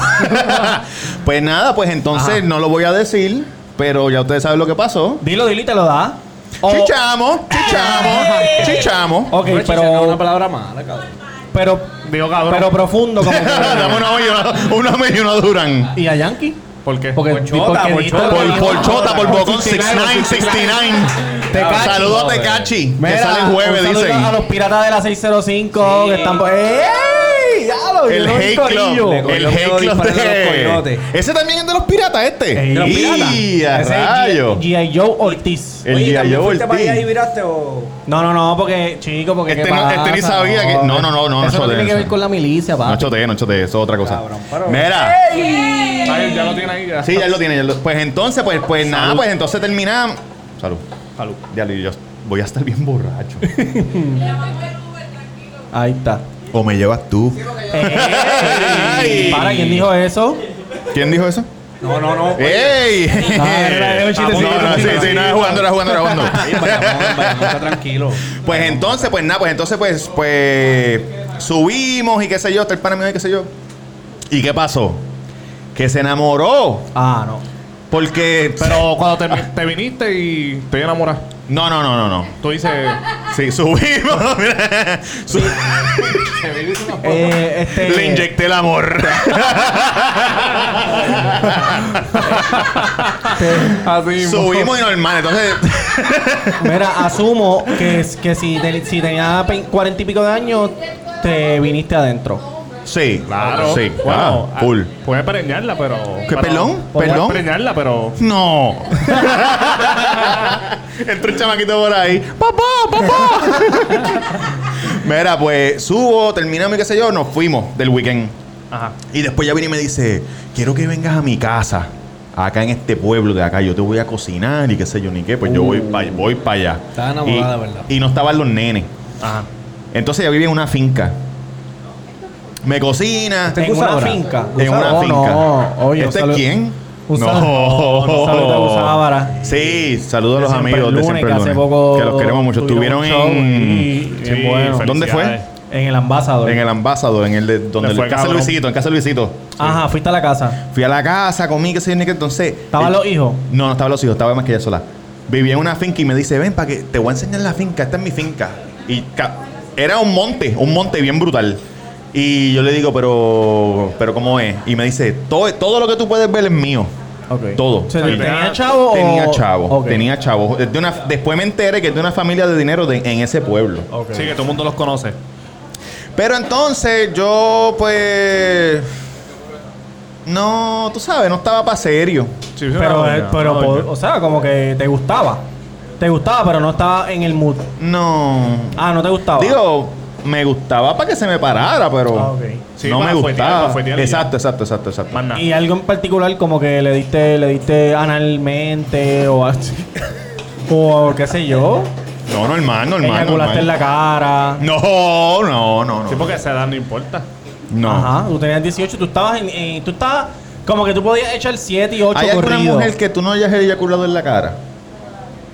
A: [laughs] pues nada, pues entonces no lo voy a decir, pero ya ustedes saben lo que pasó.
B: Dilo, dilo y te lo da. O-
D: Oh.
A: Chichamos,
D: [laughs]
A: chichamos, chichamos.
B: Ok,
C: Bueno, chicha, no es una
B: pero,
C: palabra mala, cabrón.
B: pero,
D: Digo, cabrón.
B: pero profundo como
A: [laughs] [laughs]
B: que-
A: Dame una hoy, una- una media y una Duran.
B: ¿Y a Yankee?
D: ¿Por qué? Pues,
B: Porque, porque dijiste lo que
A: Por,
B: dijo.
A: por Chota, por Bocón 69, 69.
B: Tecachi.
A: Saludos a Tecachi, que
B: Mira,
A: sale el
B: un
A: jueves,
B: saludo
A: dicen.
B: A los piratas de la 605 que están. por- ¡Ey! Ya lo
A: El
B: vieron,
A: Hate
B: corillo.
A: Club.
C: Le
A: El
C: cogió miedo
A: Hate Club
C: disparar a los
A: de...
C: coyotes.
A: Ese también es de los piratas, este.
B: Ey,
C: los piratas.
A: ¡Y a
B: Ese
A: rayo! Eh.
B: es G.I. Joe Ortiz.
A: El
C: Oye,
A: día
C: ¿también
A: yo
C: fuiste para allá y
A: volteé.
C: viraste o...?
B: No, no, no, porque, chico, porque.
A: Este
B: ¿qué
A: no- este ni
B: pasa?
A: sabía que- no, no, no, no,
B: Eso
A: eso
B: no tiene
A: de-
B: que ver con la milicia,
A: No
B: pa.
A: choteé, no choteé, eso es otra cosa.
C: Cabrón, pero-
A: Mira.
D: Ay, ya lo tiene ahí. ya.
A: Sí, ya lo tiene. ya lo- Pues entonces, pues, pues nada, pues entonces terminamos. Salud. Salud. Ya yo voy a estar bien borracho. [laughs]
B: Ahí está.
A: o me llevas tú.
B: Ey,
A: Ay.
B: Para, ¿quién dijo eso?
A: ¿Quién dijo eso?
C: No, no, no.
A: ¡Ey!
B: era- era un
A: No,
B: chistecito,
A: no, pues. sí, sí, no, era jugando, era jugando, era jugando. [laughs]
C: Oye, Bayamón, Bayamón está tranquilo.
A: Pues entonces, pues nada, pues entonces, pues, pues subimos y qué sé yo, está el pana mío y qué sé yo. ¿Y qué pasó? Que se enamoró.
B: Ah, no.
A: Porque.
D: Pero cuando te, te viniste y te enamoras,
A: No, no, no, no, no.
D: tú dices.
A: Sí, subimos. [laughs] mira. Su-
B: Eh, este.
A: Le inyecté el [laughs] amor.
B: este,
D: Así.
A: subimos y normal. Entonces,
B: Mira, asumo que, es- que si, te- si tenía pe- 40 y pico de años, te viniste adentro.
A: Sí.
D: Claro.
A: Sí.
D: Bueno,
A: ah, full.
D: Puede preñarla, pero.
A: ¿Qué,
D: pero-
A: perdón?
D: Puede
A: ¿Perdón?
D: preñarla, pero.
A: [laughs] No. Entra un chamaquito por ahí. ¡Papá, papá! [laughs] Mira, pues subo, terminamos y qué sé yo, nos fuimos del weekend.
D: Ajá.
A: Y después ya viene y me dice, quiero que vengas a mi casa, acá en este pueblo de acá, yo te voy a cocinar y qué sé yo ni qué, pues yo voy para voy pa allá.
C: Estaba enamorada,
A: Y-
C: ¿verdad?
A: Y no estaban los nenes.
D: Ajá.
A: Entonces ella vivía en una finca. Me cocina.
B: En una
C: Gusadora.
B: finca.
A: En una
B: Gusadora.
A: finca.
B: Oh, No, oye, un
A: ¿Este
B: saludo-
A: es quién?
B: un saludo- [laughs] no, saludo a Gusábara.
A: Sí, saludos a los
B: De siempre
A: amigos
B: el
A: de
B: lunes,
A: siempre
B: que
A: el
B: hace
A: lunes.
B: poco
A: que los queremos mucho.
B: tuvieron
A: Estuvieron
B: un
A: en.
B: show y- bien bueno.
A: ¿Dónde fue?
D: felicidades.
B: En el ambasador.
A: En el ambasado, en el de donde
D: Le fue
A: en casa
D: cabrón.
A: Luisito, en casa Luisito.
B: Ajá, fuiste a la casa.
A: Fui a la casa, comí, qué sé yo, ni qué. Entonces.
B: ¿Estaban
A: eh,
B: los hijos?
A: No, no estaban los hijos, estaba más que ella sola. Vivía en una finca y me dice, ven, para que te voy a enseñar la finca, esta es mi finca. Y ca- era un monte, un monte bien brutal. Y yo le digo, pero, pero ¿cómo es? Y me dice, todo, todo lo que tú puedes ver es mío.
B: Ok.
A: Todo.
B: Se-
A: Y-
B: ¿Tenía chavo o-
A: Tenía chavo.
B: Ok.
A: Tenía chavo. Es de una- después me enteré que es de una familia de dinero de- en ese pueblo.
B: Ok.
D: Sí, que todo el mundo los conoce.
A: Pero entonces yo, pues. No, tú sabes, no estaba para serio.
D: Sí,
B: Pero,
D: no,
B: eh,
D: no,
B: pero
D: no,
B: po-
D: no.
B: o sea, como que te gustaba. Te gustaba, pero no estaba en el mood.
A: No.
B: Ah, no te gustaba.
A: Digo, me gustaba para que se me parara, pero
B: Ah, ok.
D: Sí,
A: no
D: para
A: me
D: fuetear,
A: gustaba.
D: para fuetear y
A: exacto, exacto, exacto, exacto.
D: Más nada.
B: Y algo en particular como que le diste, le diste analmente o así. [laughs] o qué sé yo.
A: No, normal, normal.
B: Eyaculaste
A: normal.
B: en la cara.
A: No, no, no, no.
D: Sí, porque a esa edad no importa.
A: no.
B: Ajá, tú tenías 18, tú estabas en, en- tú estabas como que tú podías echar 7 y 8
A: ¿Hay alguna
B: corridos.
A: mujer que tú no hayas eyaculado en la cara?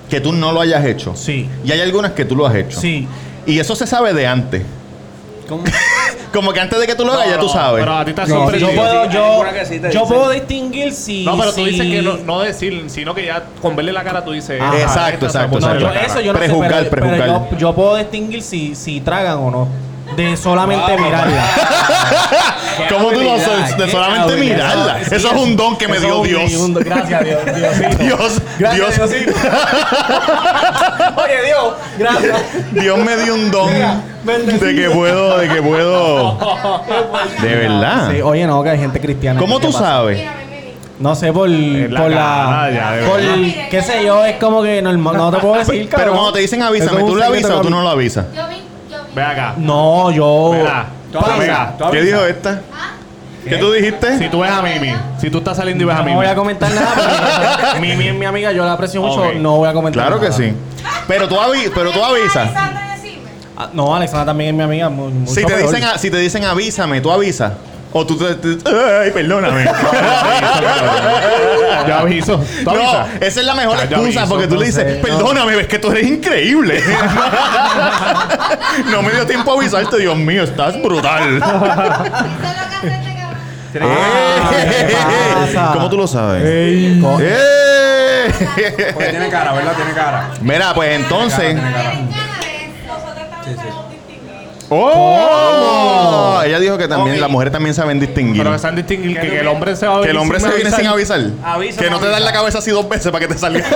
A: Que tú no lo hayas hecho.
B: Sí.
A: Y hay algunas que tú lo has hecho.
B: Sí.
A: Y eso se sabe de antes.
C: ¿Cómo?
A: Como que antes de que tú lo hagas, ya tú
D: No,
A: sabes.
D: Pero a ti te has
B: No, yo
D: sorprendido.
B: puedo,
C: Sí, hay
B: yo,
C: alguna que sí te
B: yo
C: dicen.
B: puedo distinguir si.
D: No, pero tú
B: si-
D: dices que no, no decir, sino que ya con verle la cara tú dices.
B: Ajá.
D: "Esta
A: Exacto,
D: se la
A: exacto,
D: puso
B: No,
D: en la
B: yo,
A: exacto.
D: cara".
B: eso yo no
A: Prejuzgar,
B: sé. Pero, pero
A: prejuzgar.
B: yo, yo puedo distinguir si, si tragan o no. De solamente mirarla.
A: ¿Cómo tú no
C: habilidad,
A: sabes? [laughs] De
C: qué
A: solamente
C: habilidad.
A: mirarla.
B: Sí,
A: Eso es un don que me
B: eso
A: dio
B: es un-
A: Dios.
B: un- gracias, Dios.
A: [laughs]
B: Diosito.
A: Dios,
B: Gracias,
A: Dios,
B: Diosito. Oye, Dios. Gracias.
A: Dios me dio un don
B: bendecido.
A: de que puedo, de que puedo. De verdad.
B: Sí, oye, no, que hay gente cristiana.
A: ¿Cómo
B: ¿qué
A: tú
B: pasa?
A: sabes?
G: Mira, ven, ven.
B: No sé, por
D: la
B: la. Por
D: cara, ya,
B: la
D: de
B: por,
G: verdad.
B: qué sé yo, es como que normal. No te puedo decir,
A: Pero
B: cabrón.
A: cuando te dicen
B: Eso
A: avísame,
B: es un
A: ¿tú le
B: secreto
A: avisas o tú
B: que-
A: no lo avisas?
G: Yo vi, yo vi.
A: [laughs]
D: Ven acá.
B: No, yo.
D: Mira, tú
B: Pasa.
D: mira, tú
A: ¿Qué
D: avisa.
A: dijo esta? ¿Qué tú dijiste?
D: Si tú ves a Mimi, si tú estás saliendo y ves a
B: No
D: Mimi.
B: voy a comentar nada.
A: [laughs]
B: porque Mimi es mi amiga, yo la aprecio mucho.
D: Ok.
B: No voy a comentar
A: Claro que
B: nada.
A: sí. Pero tú, avi- pero tú avisas.
G: Alexandra, decime.
B: Ah, No, Alexandra también es mi amiga. mu- mucho
A: Si te,
B: peor.
A: dicen, a- si te dicen avísame, tú avisas. O tú te. te- ay, perdóname.
D: Yo aviso. Tú
A: No,
D: avisas.
A: esa es la mejor
D: Ya, yo
A: excusa
D: aviso,
A: porque tú le
B: no
A: dices,
B: sé, no.
A: perdóname, ves que tú eres
D: [laughs]
A: increíble. no me dio tiempo a avisarte, Dios mío, estás
D: [laughs]
A: brutal.
D: Ah,
G: Eso es lo que hace este cabrón.
B: Ah,
A: Eh.
B: ¿qué pasa?
A: ¿Cómo tú lo sabes?
B: Co-
A: ¡Eh!
C: Porque tiene cara, ¿verdad? Tiene cara.
A: Mira, pues entonces.
G: Tienen ganas de eso. Nosotros estamos en los distinguidos.
A: ¡Oh! Ella dijo que también
C: Ok.
A: las mujeres también saben distinguir.
D: Pero que saben distinguir que, que el hombre se va a
A: Que el
D: venir
A: hombre
D: sin
A: se viene sin avisar.
C: Avisa,
A: que
C: no
A: no te dan
C: avisa.
A: la cabeza así dos veces para que te salga.
D: [laughs]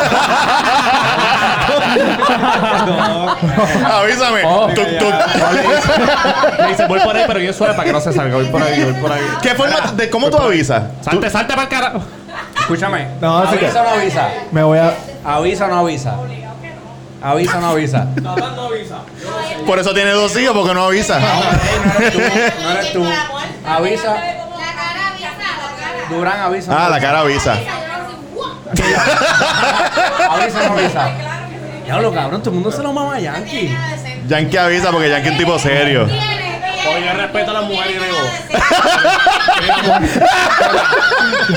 A: Avísame.
D: Oh.
A: Tuc, tuc.
D: Le dice, voy por ahí, pero yo suave para que no se salga. Voy por ahí,
A: [laughs]
D: voy por ahí.
A: ¿Qué forma de cómo tú avisas?
D: Salte, salte para el carajo.
C: Escúchame.
B: No, así que-
C: avisa o no avisa.
B: Me voy a.
C: Avisa o no avisa. Avisa o [laughs] no avisa. No
A: Por eso tiene dos hijos, porque no avisa.
C: eres tú. No eres tú. Avisa.
G: La cara avisa, la cara.
C: Durán avisa. o no
A: Ah, la
C: avisa.
A: cara avisa.
G: Avisa, yo no sé, ¡guau!
C: Avisa o no [laughs] avisa. Ya lo cabrón, todo el mundo se lo mama a Yankee.
G: Tiene decente.
A: Yankee avisa porque Yankee es un tipo serio.
G: Tiene, tiene.
D: Oye, yo respeto a las mujeres y
G: Tiene
D: digo-
G: ganas de ser-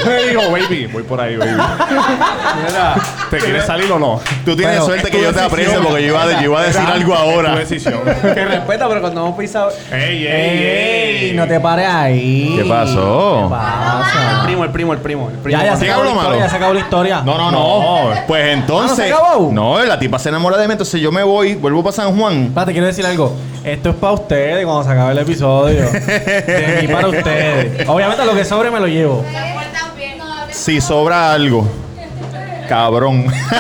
D: Le digo, baby, voy por ahí, baby.
A: [laughs]
C: Mira,
D: ¿Te quieres salir o no?
A: Tú tienes
B: Pero
A: suerte
B: es
A: que
B: tu
A: yo te
B: decisión.
A: aprecio porque yo iba, a- yo iba a decir algo
D: Tu
A: ahora.
D: decisión.
C: que respeta, pero cuando hemos pisado.
D: ¡Ey, ey,
B: ¡Ey!
D: ey!
B: No te pares ahí.
A: ¿Qué pasó?
B: ¿Qué pasa?
C: El primo, el primo, el primo. El primo
B: Ya, ya se
A: ¿Quién
B: acabó la
A: habló malo?
B: historia. Ya se acabó la historia.
A: No, no, no. Pues entonces.
B: Ah, ¿no se acabó?
A: No, la tipa se enamora de mí, entonces yo me voy, vuelvo para San Juan.
B: Espérate, quiero decir algo. Esto es para ustedes cuando se acabe el episodio. De mí para ustedes. Obviamente lo que sobre me lo llevo.
G: Se portan bien. No hables
A: Si sobra algo. Cabrón. [laughs]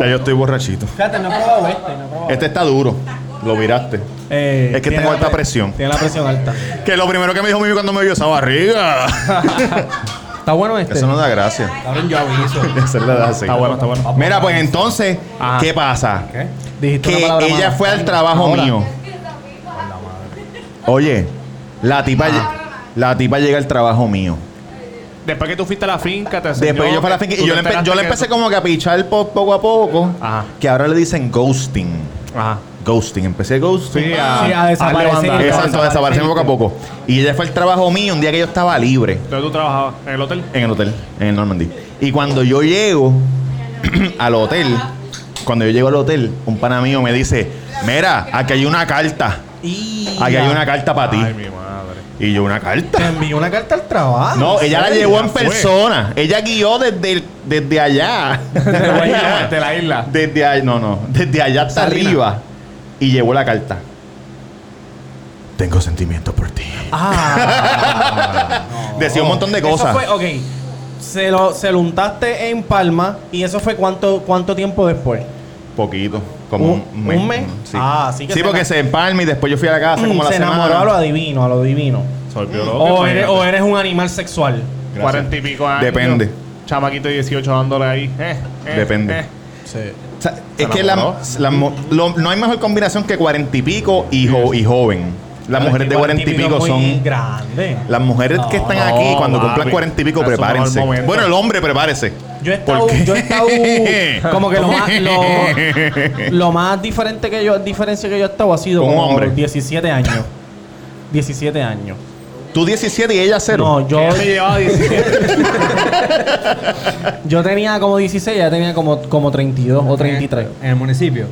A: ya yo estoy borrachito.
B: Fíjate, no he probado este. No he probado
A: Este está duro. Lo viraste.
B: Eh,
A: Es que
B: tiene
A: tengo
B: la
A: alta
B: pre-
A: presión.
B: Tiene la presión alta.
A: Que lo primero que me dijo mi cuando me vio esa barriga.
D: [laughs]
B: Está bueno este.
A: Eso no da gracia.
C: Cabrón, yo aviso.
A: [laughs] Eso le da así.
D: Está bueno, está bueno.
A: Mira, pues entonces,
D: Ajá.
A: ¿qué pasa?
C: ¿Qué?
B: Dijiste
A: Que
B: una palabra
A: ella
B: mala.
A: fue al trabajo
B: Ahora.
A: mío. Oye, la tipa, lle- la tipa llega al trabajo mío.
D: Después que tú fuiste a la finca, te enseñó
A: Después yo fui a la
D: que
A: finca
D: eh, tú
A: y yo
D: te
A: le, empe- yo
D: enteraste
A: le
D: que
A: empecé
D: tú-
A: como que a pichar po- poco a poco.
D: Ajá.
A: Que ahora le dicen ghosting.
D: Ajá.
A: Ghosting. Empecé ghosting.
D: Sí,
B: Sí, a
D: a,
B: desaparecer.
D: levantar.
A: Exacto, desapareció poco a poco. Y ella fue al trabajo mío un día que yo estaba libre.
D: Entonces tú trabajabas en el hotel.
A: En el hotel, en el Normandy. Y cuando yo llego [clears throat] al hotel, cuando yo llego al hotel, un pana mío me dice, mira, aquí hay una carta. Aquí hay una carta para ti.
D: Ay, mi madre.
A: Y yo, ¿una carta?
B: Te envió una carta al trabajo.
A: No, ella la
D: sí,
A: llevó
D: ya
A: en
D: fue.
A: persona. Ella guió desde, el- desde allá.
D: De la
A: [laughs]
D: isla. De la isla.
A: Desde ahí, no, no. Desde allá hasta
B: Salina.
A: arriba. Y llevó la carta. Tengo sentimientos por ti. Decía [laughs] un montón de
B: Ah, Eso
A: cosas.
B: fue, ok. Se lo, se lo untaste en palma y eso fue cuánto, cuánto tiempo después.
A: Poquito. Como
B: ¿Un-
A: un,
B: un mes?
A: Sí,
B: Ah, sí que
A: Sí,
B: se
A: porque
B: la-
A: se empalma y después yo fui a la casa como la
B: se enamoró
A: semana. pues,
B: a lo adivino, a lo divino.
D: Soy biólogo.
B: O eres, o eres un animal sexual.
A: Gracias.
D: Cuarenta y pico años.
A: Depende.
D: Chamaquito de 18 dándole ahí. Eh, eh,
A: Depende.
D: eh.
B: Sí.
A: O sea, es
D: Se
A: que la,
D: enamoró.
A: la mo- lo- no hay mejor combinación que cuarenta y pico y, jo- y joven. Las mujeres de cuarenta y pico son.
B: grandes.
A: Las mujeres que están
D: No,
A: aquí, cuando
D: papi.
A: cumplan cuarenta y pico,
D: Es su mejor
A: prepárense.
D: momento.
A: Bueno, el hombre, prepárese.
B: Yo he estado,
A: Porque-
B: yo he
A: [laughs]
B: estado como que lo más, lo, lo más diferente que yo, diferencia que yo he estado ha sido
A: Con un
B: como
A: hombre.
B: 17 años. 17 años.
A: Tú 17 y ella cero.
B: No, yo,
D: Ella me llevaba 17.
B: yo tenía como 16, ya tenía como, como 32 o 33.
C: En el municipio.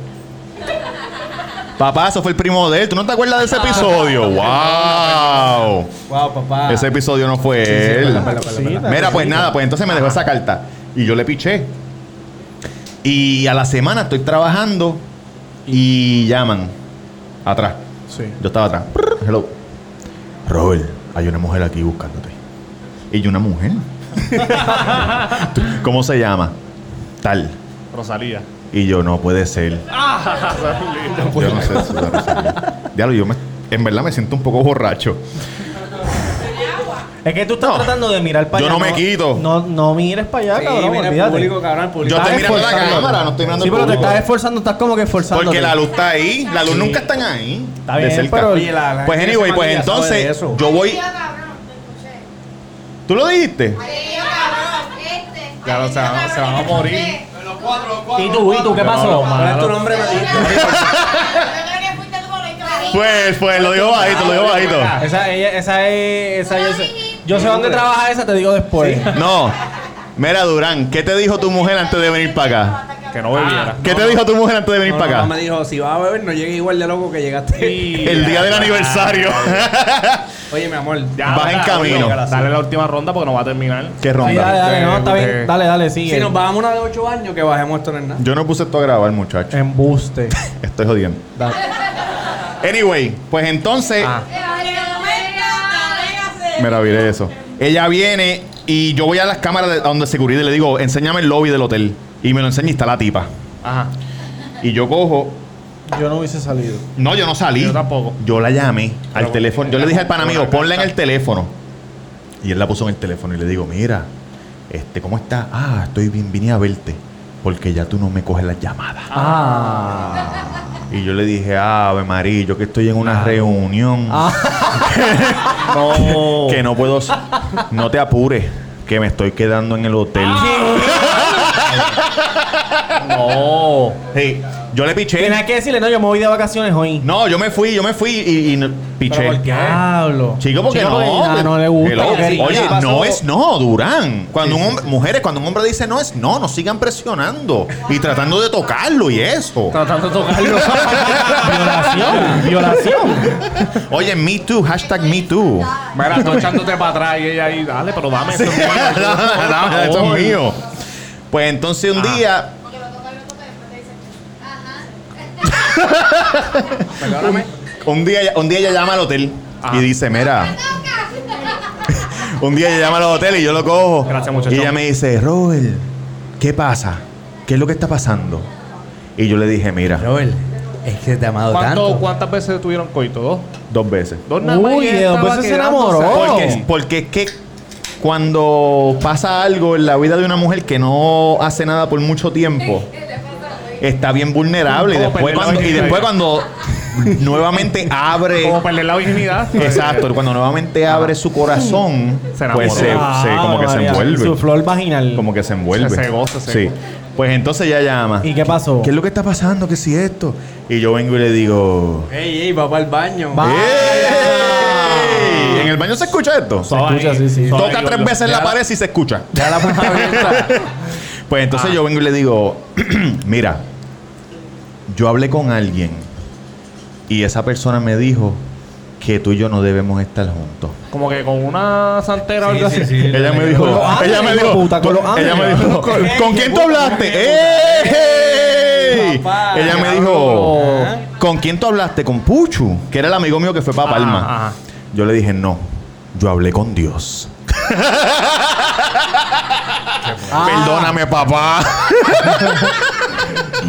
A: Papá, eso fue el primo de él. ¿Tú no te acuerdas de ese episodio? ¡Wow!
C: Wow, papá.
A: Ese episodio no fue él.
C: pela, pela, pela, pela.
A: Mira, pues nada, pues entonces me dejó esa carta. Y yo le piché. Y a la semana estoy trabajando y llaman. Atrás.
B: Sí.
A: Yo estaba atrás. Prr, Hello. Robert, hay una mujer aquí buscándote. Y yo, una mujer. [laughs] Tú, ¿Cómo se llama? Tal.
D: Rosalía. [laughs]
A: Y yo, no puede ser. Yo no sé. eso, la Rosalía. Diablo, yo me- en verdad me siento un poco borracho.
B: Es que tú estás
A: No.
B: tratando de mirar para
A: Yo
B: allá.
A: no me quito.
B: No, no mires para allá,
C: Sí,
B: Ah, cabrón.
C: mira el
B: olvídate.
C: público, cabrón, el público. Ah,
A: Yo estoy
B: Estás
A: mirando la
B: esforzándote.
A: cámara, no estoy mirando
B: Sí,
A: el
B: pero te
A: público.
B: estás esforzando, estás como que esforzando.
A: Porque la luz está ahí. La luz
B: Sí.
A: nunca están ahí.
B: Está
A: de
B: bien,
A: cerca.
B: pero-
C: Oye, la- la
A: pues
C: gente
A: anyway,
C: se
A: pues
C: maquilla, sabe de
A: entonces
C: eso.
A: yo voy.
G: Ay, tío, cabrón, te escuché.
A: ¿Tú lo dijiste?
G: Ay, tío, cabrón, este.
D: Ya lo
G: Ay, tío,
D: se van-
G: cabrón,
D: se van a
G: te
D: morir.
G: escuché.
B: ¿Y tú, y tú, qué pasó?
C: ¿Cuál es tu nombre?
G: Yo
C: Melito?
G: creo que fuiste tú con el cariño.
A: Pues, pues, lo dijo bajito, lo dijo bajito.
B: Esa, ella, esa es. Esa, yo, sé, yo sé
G: Tú
B: dónde
G: eres.
B: trabaja esa, te digo después.
A: No. Mira, Durán, ¿qué te dijo tu mujer antes de venir para acá?
D: Que Ah, no bebiera.
A: ¿Qué te dijo tu mujer antes de venir
C: No,
A: para
C: no,
A: acá?
C: me dijo, si vas a beber, no llegues igual de loco que
B: Ah.
C: llegaste.
A: El día del
D: Ah,
A: aniversario.
C: Oye, mi amor.
D: Ya,
A: [laughs] Vas en
D: dale,
A: camino.
D: dale, Dale la última ronda porque no va a terminar.
A: [laughs] Qué
B: Sí,
A: ronda.
B: dale, dale, no,
D: Eh,
B: está
D: porque-
B: bien. Dale, dale, sigue.
C: Si nos bajamos una de 8 años, que bajemos esto no es nada.
A: [laughs] Yo no puse esto a grabar, muchacho.
B: Embuste. [laughs]
A: Estoy jodiendo.
B: Dale.
A: Anyway, pues entonces.
D: Ah.
G: En el momento, te alegas de-
A: Mira, mire eso. Ella viene y yo voy a las cámaras de, donde seguridad y le digo, enséñame el lobby del hotel. Y me lo enseña y está la tipa.
D: Ajá.
A: Y yo cojo.
B: Yo no hubiese salido.
A: No, yo no salí.
D: Yo tampoco.
A: Yo la llamé al
D: Pero,
A: teléfono. Yo le dije al pana mío, ponla en el teléfono. Y él la puso en el teléfono y le digo, mira, este, ¿cómo está? Ah, estoy bien, vine a verte. Porque ya tú no me coges las llamadas.
B: Ah.
A: Y yo le dije, ave María, yo que estoy en
D: Ah.
A: una reunión. [laughs]
D: No.
A: Que no puedo. s- No te apures, que me estoy quedando en el hotel.
D: Ah. No.
A: Sí, yo le piché.
B: Tienes que decirle, no, yo me voy de vacaciones hoy.
A: No, yo me fui, yo me fui y, y no- piché.
C: ¿por qué?
B: Diablo.
A: Chico, porque
B: Chico,
A: no.
B: ya no le gusta.
A: Hello.
B: porque-
C: Sí,
A: Oye,
C: ya pasó.
A: no es no, Durán. Cuando un hombre, mujeres, cuando un hombre dice no es no, no sigan presionando y tratando de tocarlo y eso.
D: Tratando de tocarlo.
B: Violación. Violación.
A: [laughs] Oye, me too, hashtag me too.
D: [laughs] Mira, tú echándote para atrás y ella ahí, dale, pero dame
A: Sí,
D: eso. es mío,
A: [laughs] dame, dame,
D: por
A: esto
D: favor.
A: es mío. Pues entonces un día,
G: Porque lo toca y lo toca y después te dicen,
A: [laughs]
G: ajá.
C: Perdóname.
A: un día, ella- un día ella llama al hotel
D: Ajá.
A: y dice, mira,
G: Toca.
A: un día ella llama al hotel y yo lo cojo.
D: Gracias, muchacho.
A: Y ella me dice, Robert, ¿qué pasa? ¿Qué es lo que está pasando? Y yo le dije, mira.
C: Robert, Es que te ha amado
D: ¿Cuánto,
C: tanto.
D: ¿Cuántas veces tuvieron coito? ¿Dos?
A: Dos veces.
D: Dos nada más.
B: Uy,
D: y él
B: de dos
D: estaba
B: veces se
D: quedándose.
B: enamoró.
A: Porque, porque es que cuando pasa algo en la vida de una mujer que no hace nada por mucho tiempo, está bien vulnerable. Y
D: Como
A: después
D: perder la
A: cuando, y
D: virginidad.
A: después cuando nuevamente abre.
D: Como perder la virginidad.
A: Exacto, cuando nuevamente abre su corazón,
D: Se
A: pues se,
D: enamora.
A: se- como que se
B: Ah, María, Su
A: envuelve.
B: flor vaginal.
A: Como que se envuelve.
D: Se- se goza, se
A: Sí.
D: goza.
A: Pues entonces ella llama.
B: ¿Y qué pasó?
A: ¿Qué es lo que está pasando? ¿Qué si esto? Y yo vengo y le digo.
C: Ey, ey, va para el baño.
D: Ah.
B: Va.
A: ¡Ey! ¿En el baño se escucha esto?
B: escucha, sí, sí.
D: Soba
A: Toca
D: ahí,
A: tres
D: gordo.
A: veces la pared y se
B: [laughs]
A: escucha.
C: Ya la puerta abierta.
A: Pues
B: Ah.
A: entonces yo vengo y le digo, [clears throat] mira, yo hablé con alguien y esa persona me dijo que tú y yo no debemos estar juntos.
D: Como que con una santera o
C: Sí,
D: algo
C: sí,
D: así.
C: sí.
A: Ella me dijo,
B: Con los ángeles,
A: ella me
B: hijo de
A: dijo,
B: puta, con
A: tú-
B: los
A: ella me
B: ángeles.
A: dijo, ¿con, con quién tú hablaste? ¡Ey!
C: Papá,
A: Ella me dijo, ¿con quién tú hablaste? Con Puchu, que era el amigo mío que fue
B: Ah,
A: para
D: Ajá,
A: Palma.
D: Ah, ajá.
A: Yo le dije, no, yo hablé con Dios. Perdóname, papá,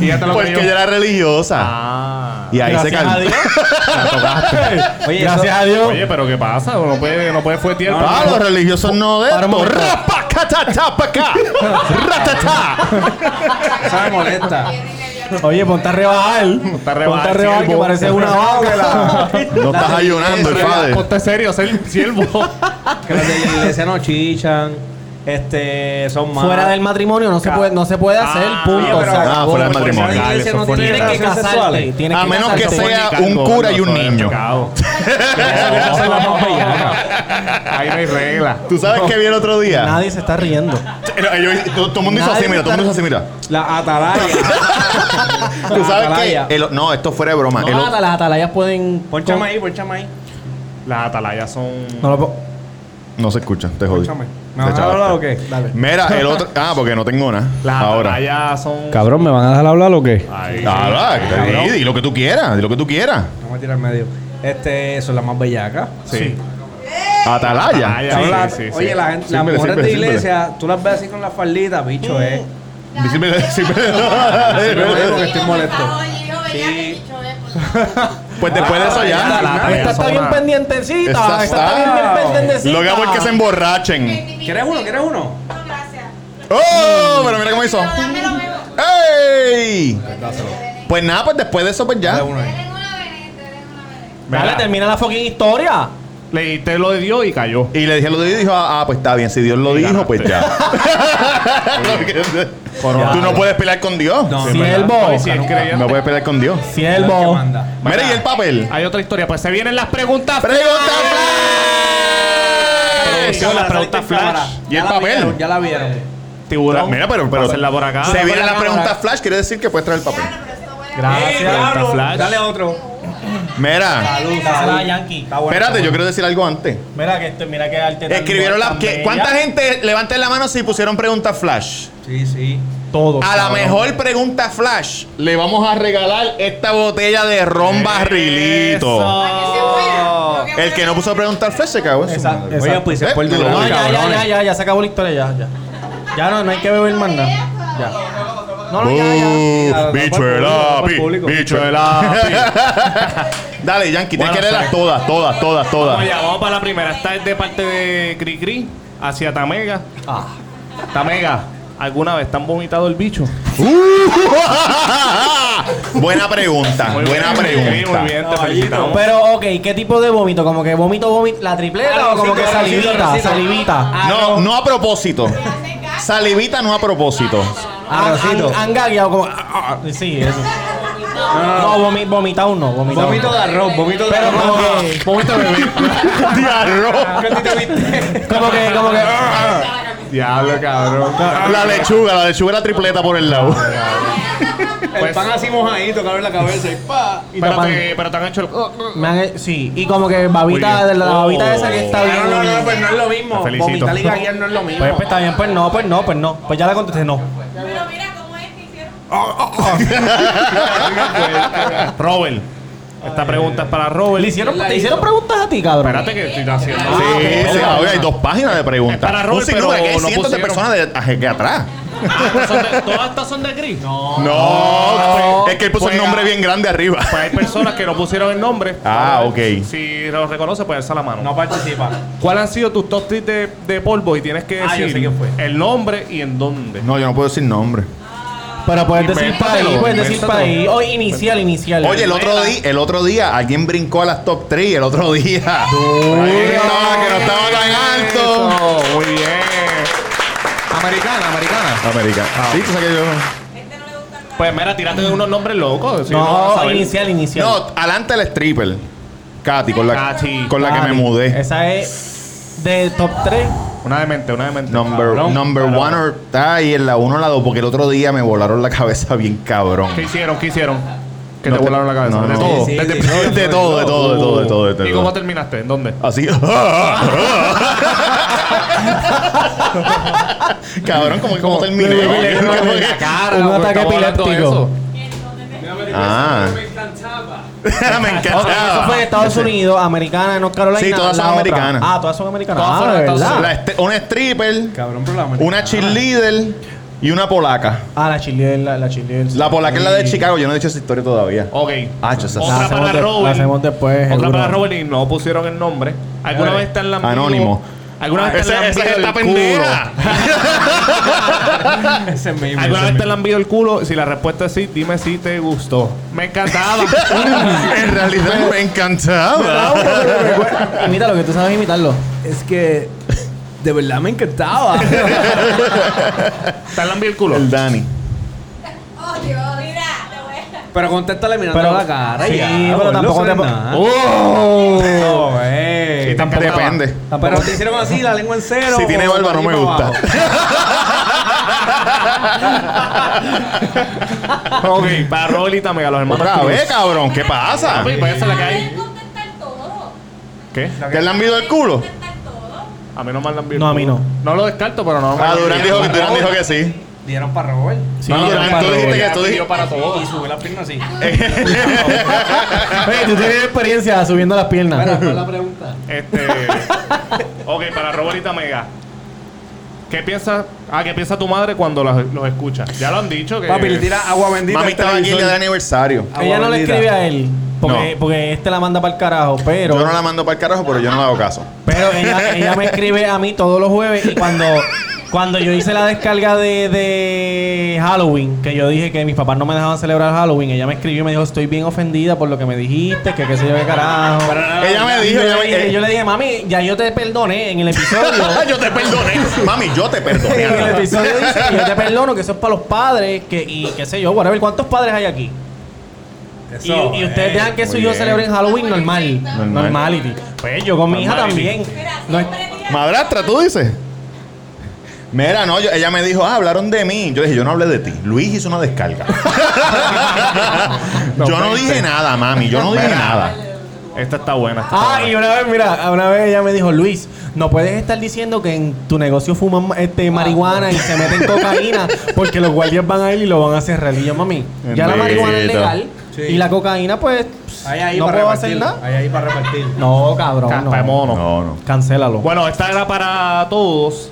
D: Y ella te lo
A: porque
D: creyó.
A: ella era religiosa.
D: Ah.
A: Y ahí se calmó. [laughs]
B: [laughs]
C: Oye,
B: Gracias
C: eso-
B: a Dios.
D: Oye, pero ¿qué pasa? No puede, no puede fuetear.
C: No,
A: Ah, los religiosos no de
B: Para un
A: esto.
B: momento.
A: Rapacatapaca. Ratatá.
C: eso me molesta.
B: Oye, ponte
A: [laughs]
B: a rebajar.
D: a rebajar,
B: Ponte a rebajar que
D: siervo.
B: parece una válvula.
A: No estás ayunando, el padre.
D: Ponte serio, ser siervo.
C: Que los de la iglesia no chichan. Este, son más.
B: Fuera del matrimonio no se puede, no se puede hacer,
D: Ah,
B: punto.
D: pero-
B: o sea,
A: Ah, fuera del matrimonio.
C: La iglesia no tiene
B: tienes que
C: relaciones
B: casarte.
C: sexuales.
B: Tienes
A: A
B: que
A: menos que
B: casarte.
A: sea un cura y un niño.
D: [laughs] Ahí no hay regla.
A: ¿Tú sabes qué vi el otro día?
B: Nadie se está riendo.
A: Era- yo- Todo todo el mundo hizo
B: Nadie
A: así, mira, todo el mundo hizo así, mira.
C: La atalaya.
A: ¿Tú
C: Ah,
A: sabes
C: Atalaya.
A: qué? El- No, esto fuera de broma. El-
B: No, las atalayas pueden...
C: Ponchame ahí, ponchame ahí.
D: Las atalayas son.
B: No lo puedo-
A: No se escucha, te jodí.
C: Ponchame.
A: Te
C: ¿Me vas a
A: echabaste.
C: hablar o qué? Dale.
A: Mira, el otro. Ah, porque no tengo nada.
D: Las
A: Ahora.
D: atalayas son.
C: Cabrón, ¿me van a dejar hablar o qué?
D: Ay,
A: Ahora,
D: cabrón.
A: di, di lo que tú quieras, di lo que tú quieras.
C: Vamos a tirar al medio. Este, son las más bellacas.
D: Sí.
A: Atalaya.
D: Atalaya.
C: Son
D: sí,
C: las-
D: sí, sí.
C: Oye, la gente- las
A: Símbele,
C: mujeres
A: símbele,
C: de
A: símbele.
C: iglesia, tú las ves así con las falditas, bicho, eh.
A: Díselo,
C: Pero
A: díselo.
C: porque estoy molesto.
A: Pues después de eso
D: Ah,
A: ya.
D: la-
B: Esta
D: Ella
B: está
D: sola.
B: bien pendientecita.
A: Esta
B: Esta está bien, bien
C: está.
B: pendientecita.
A: Lo que hago es que se emborrachen.
C: ¿Quieres uno? ¿Quieres uno?
G: No, gracias.
A: ¡Oh! Pero mira cómo hizo.
G: Pero dámelo luego.
A: ¡Ey! Pues nada, pues después de eso, pues ya.
G: Denle una veneta, denle una veneta.
B: Dale,
D: Mira,
B: termina la fucking historia.
D: Le dijiste lo de Dios y cayó.
A: Y le dije lo de Dios y dijo, ah, ah, pues está bien, si Dios lo
D: Y
A: dijo, pues ya. [laughs] Tú no puedes pelear con Dios.
C: No,
D: Sí,
B: Siervo.
D: ¿verdad? No, y si él creyente.
A: No puedes pelear con Dios.
C: ¿Qué
B: Siervo.
C: manda?
A: Mira, y el papel.
D: Hay otra historia. Pues se vienen las preguntas.
A: ¡Pregunta
D: Producción,
A: flash!
C: Cámara,
D: las preguntas
C: salte en cámara.
D: flash.
A: ¿Y
C: Ya
A: el
C: la
A: papel?
C: vieron, Ya la vieron.
D: Tiburón.
A: Mira, pero, pero
D: Pásenla por acá.
A: se viene la
C: Pásenla
A: pregunta
C: ahora.
A: flash, quiere decir que puedes traer el papel.
G: Claro, pero esto huele a-
A: Ah,
D: Gracias. Pregunta flash.
C: Dale otro.
A: Mira,
C: Salud,
B: Dale,
C: salud.
B: Yankee.
C: Está
A: espérate, yo
C: bueno, está bueno. este,
A: quiero decir algo antes.
B: Mira que esto, mira que arte. tan-
A: Escribieron la...
B: tan
A: que-
B: bella.
A: ¿Cuánta gente levanten la mano si pusieron preguntas flash?
C: Sí, sí.
B: Todos.
A: A la
B: cabrón.
A: mejor pregunta flash le vamos a regalar esta botella de ron barrilito.
G: Para que se muera. Lo
A: El que no
G: huele-
A: puso preguntar flash se cagó en su
B: Exacto,
A: madre.
C: Oye, pues se fue el
A: Eh,
C: duro.
A: no,
B: No, ya, ya,
C: cabrones.
B: ya, ya, ya se acabó la historia, ya, ya. Ya no, no hay que beber más nada. Ya. No, no, ya, ya.
A: Uh, Bicho el api,
C: público.
A: bicho el api. Dale, Yankee, tienes
D: Bueno,
A: que leerlas
D: sí.
A: todas, todas, todas,
D: Vamos
A: todas.
D: allá, vamos para la primera. Esta es de parte de Cri Cri hacia Tamega.
C: Ah,
D: Tamega, ¿alguna vez te han vomitado el bicho?
A: [laughs] buena pregunta,
D: Muy
A: buena
D: bien,
A: pregunta.
D: sí, Muy bien, te
C: Caballito.
D: felicitamos.
B: Pero, ok, ¿qué tipo de vómito? ¿Como que vómito, vómito? ¿La
C: Ah,
B: tripleta o como que
C: Arrocito,
B: salivita?
C: arrocito.
B: Salivita.
C: Ah,
A: No, no a propósito. Salivita no a propósito.
C: ah,
B: Arrocito. Han gagueado como. ah, Sí, eso. No, vomi- vomitado no, vomitado.
C: Vomito de arroz, vomito de
B: Pero
C: arroz.
B: como que.
D: Vómito bebé.
A: [laughs]
C: [laughs]
A: Diablo.
B: Como que, como
C: Ah,
B: que.
D: Diablo, cabrón.
A: La lechuga, la lechuga era tripleta por el
D: [laughs]
A: lado. Pues-
C: El pan así mojadito, cabrón, en la cabeza. Y pa. Y
D: Pero
B: tapan.
D: te, pero te han hecho el.
B: Me han- sí, y como que babita,
D: Muy
B: de
D: bien.
B: la babita
D: Oh.
B: esa que está bien.
C: No, no, no, pues no es lo mismo.
D: Te felicito.
C: Vomitar y gaguear no es lo mismo.
B: Pues, pues, está bien, pues no, pues no, pues no. Pues ya la contesté, no.
G: Pero mira cómo es que hicieron.
D: pues, Robert, esta pregunta es para Robert.
B: Le hicieron, te hicieron preguntas a ti, cabrón.
D: Espérate que estoy haciendo. Ah,
A: Sí, sí,
D: ok.
A: ahora hay dos páginas de preguntas.
D: Es para
A: Un
D: Robert,
A: sinnúmero,
D: pero
A: que hay
D: no
A: cientos de
D: pusieron.
A: personas de, aje- que atrás.
D: Ah, pero son de- ¿Todas estas son de gris? No.
A: No,
D: pues,
A: es que él puso
D: pues,
A: el nombre
D: ah,
A: bien grande arriba.
D: Pues hay personas que no pusieron el nombre.
A: Ah, ok.
D: Si lo reconoce, pues alza la mano.
C: No participa.
D: ¿Cuál han sido tus top 3 de, de polvo? Y tienes que
C: Ah, yo
D: decir
C: sé quién fue.
D: el nombre y en dónde.
A: No, yo no puedo decir nombre.
B: Pero puedes decir
D: Invéntatelo,
B: país, puedes decir
D: invéntatelo.
B: país. O inicial, inicial.
A: Oye, el otro, día, el otro día alguien brincó a las top 3 el otro día. Alguien estaba que no estaba tan alto.
D: Eso, Muy bien. Americana, americana.
A: América. Sí, tú sabes que yo-
G: Este no le gusta nada.
D: Pues mira, tírate unos nombres locos. si vas a
B: No,
D: saber.
B: inicial, inicial.
A: No, adelante el stripper. Katy, con la,
D: Katy.
A: con la que me
B: Vale.
A: mudé.
B: Ah, Esa es de top 3.
D: Una de mente, una de mente.
A: Number,
D: Cabrón,
A: number
D: cabrón.
A: one or ay, en la 1 o la 2, porque el otro día me volaron la cabeza bien cabrón.
D: ¿Qué hicieron? ¿Qué hicieron? Que
A: No
D: te
A: te-
D: volaron la cabeza.
A: no,
D: de
A: no.
D: todo.
A: Sí,
C: sí, sí.
D: Desde el principio.
A: De todo, de todo, de todo, de todo, de todo.
D: ¿Y cómo terminaste?
A: [laughs]
D: ¿En [laughs] dónde?
A: Así. cabrón, como que como terminé.
B: le- le-
A: Como
B: le-
A: que-
B: Un ataque epiléptico.
A: Ah. [laughs] me
B: Ok, eso fue en
A: encantaba.
B: Estados Unidos, americana, no Carolina.
A: Ah. Sí, todas son
B: la otra.
A: americanas.
B: Ah, todas son americanas.
D: Todas
B: ah,
D: fueron de Estados
B: ¿verdad?
A: La este- una stripper,
C: Cabrón, pero la
A: una cheerleader y una polaca.
B: Ah, la chile, la, la chile.
A: La polaca es la de Chicago. Yo no he dicho esa historia todavía.
D: Ok.
A: Ah, yo sé.
B: La
D: Otra
B: hacemos
D: para
B: de- la
D: Robert.
B: hacemos después,
D: Otra
B: seguro.
D: para Robert y no pusieron el nombre. ¿Alguna
C: Vale.
D: vez está en la
A: Anónimo.
D: ¿Alguna vez
A: Ese-
D: te han
A: esa
D: lambido
A: es
D: el
A: la
D: pendeja?
C: [laughs] Ese es mi email, ese
D: ¿Alguna
C: es
D: vez
C: mi
D: te han lambido el culo? Si la respuesta es sí, dime si te gustó. Me
A: [laughs]
D: encantaba.
A: [laughs] en realidad me encantaba.
B: [laughs] Imítalo, que tú sabes imitarlo.
C: Es que de verdad
A: [laughs]
C: me encantaba.
D: ¿Te han lambido el culo?
A: El Dani.
G: Oh, Dios. Mira, te voy a...
C: pero contéstale mirando
B: Pero-
C: la cara. y
B: sí,
C: ya,
B: pero
C: boludo,
B: tampoco
C: eso
B: te
C: no
B: po-
C: es nada.
A: ¡Oh!
C: [laughs] No, eh.
A: Sí, tampoco depende.
C: Pero te hicieron así, la lengua en cero.
A: Si tiene
C: o
A: barba, no
C: ahí
A: me
C: para
A: gusta. [laughs]
C: abajo.
D: ok, para Rolita, mega los hermanos.
A: Otra
D: Cruz.
A: vez, cabrón. ¿Qué pasa?
D: Papi, pues esa es la que
G: Pueden
D: hay.
G: contestar todo.
D: ¿Qué?
A: ¿Te han lambido el culo?
G: Contestar todo.
D: A mí no me han lambido el
B: No, a mí
D: culo.
B: no.
D: No lo descarto, pero no.
A: Ah, Durán dijo, Durán dijo que sí.
C: Dieron para Robert.
A: No,
D: no,
A: Durán,
D: para
A: tú dijiste que
D: Robert.
A: tú dijiste.
C: para todos. Y sube la
A: [laughs]
C: pierna así.
B: Oye, tú tienes experiencia subiendo las piernas.
C: Bueno, ¿cuál es la pregunta?
D: Este. ok, para Robolita Mega. ¿Qué piensa, ah, ¿qué piensa tu madre cuando los, los escucha? Ya lo han dicho que.
C: Papi, le tira agua bendita.
A: Mami
C: al
A: estaba aquí el día de
C: televisor.
A: aniversario.
C: Agua
B: Ella no le
C: bendita.
B: escribe a él. Porque,
A: No.
B: porque este la manda para el carajo, pero.
A: Yo no la mando para el carajo, pero yo no le hago caso.
B: Pero ella, ella me escribe a mí todos los jueves y cuando, cuando yo hice la descarga de, de Halloween, que yo dije que mis papás no me dejaban celebrar Halloween, ella me escribió y me dijo, estoy bien ofendida por lo que me dijiste, que qué sé yo qué carajo.
A: Ella me
B: Y
A: dijo,
B: yo,
A: ella
B: le
A: me- eh.
B: dije, yo le dije, mami, ya yo te perdoné en el episodio.
A: [laughs] yo te perdoné. Mami, yo te
B: en el
A: perdoné.
B: episodio dice, yo te perdono, que eso es para los padres, que, y qué sé yo, whatever. ¿Cuántos padres hay aquí? Y,
C: Eso,
B: y ustedes
C: eh.
B: dejan que eso
A: muy
B: yo
A: bien.
B: celebren Halloween normal.
G: Normal.
B: Normality. Pues yo con mi hija
D: Normality.
B: también.
G: Mira,
B: No es-
G: siempre diga-
A: Madrastra, tú dices. Mira, no, yo- ella me dijo, ah, hablaron de mí. Yo dije, yo no hablé de ti. Luis hizo una descarga. yo no dije nada, mami. Yo no dije nada.
D: Esta está buena. esta está
B: Ah, y
D: buena.
B: una vez, mira, una vez ella me dijo, Luis, no puedes estar diciendo que en tu negocio fuman este, marihuana y se meten cocaína porque los guardias van a ir y lo van a cerrar. Y yo, mami, ya la marihuana es
A: Bendito.
B: legal
C: Sí.
B: y la cocaína, pues,
C: Ahí, ahí
B: no
C: para
B: puedo
C: repartir.
B: hacer nada.
C: Ahí, ahí para repartir.
B: No, cabrón,
D: Caspa de
B: no.
D: mono.
A: No, no.
B: Cancélalo.
D: Bueno, esta era para todos,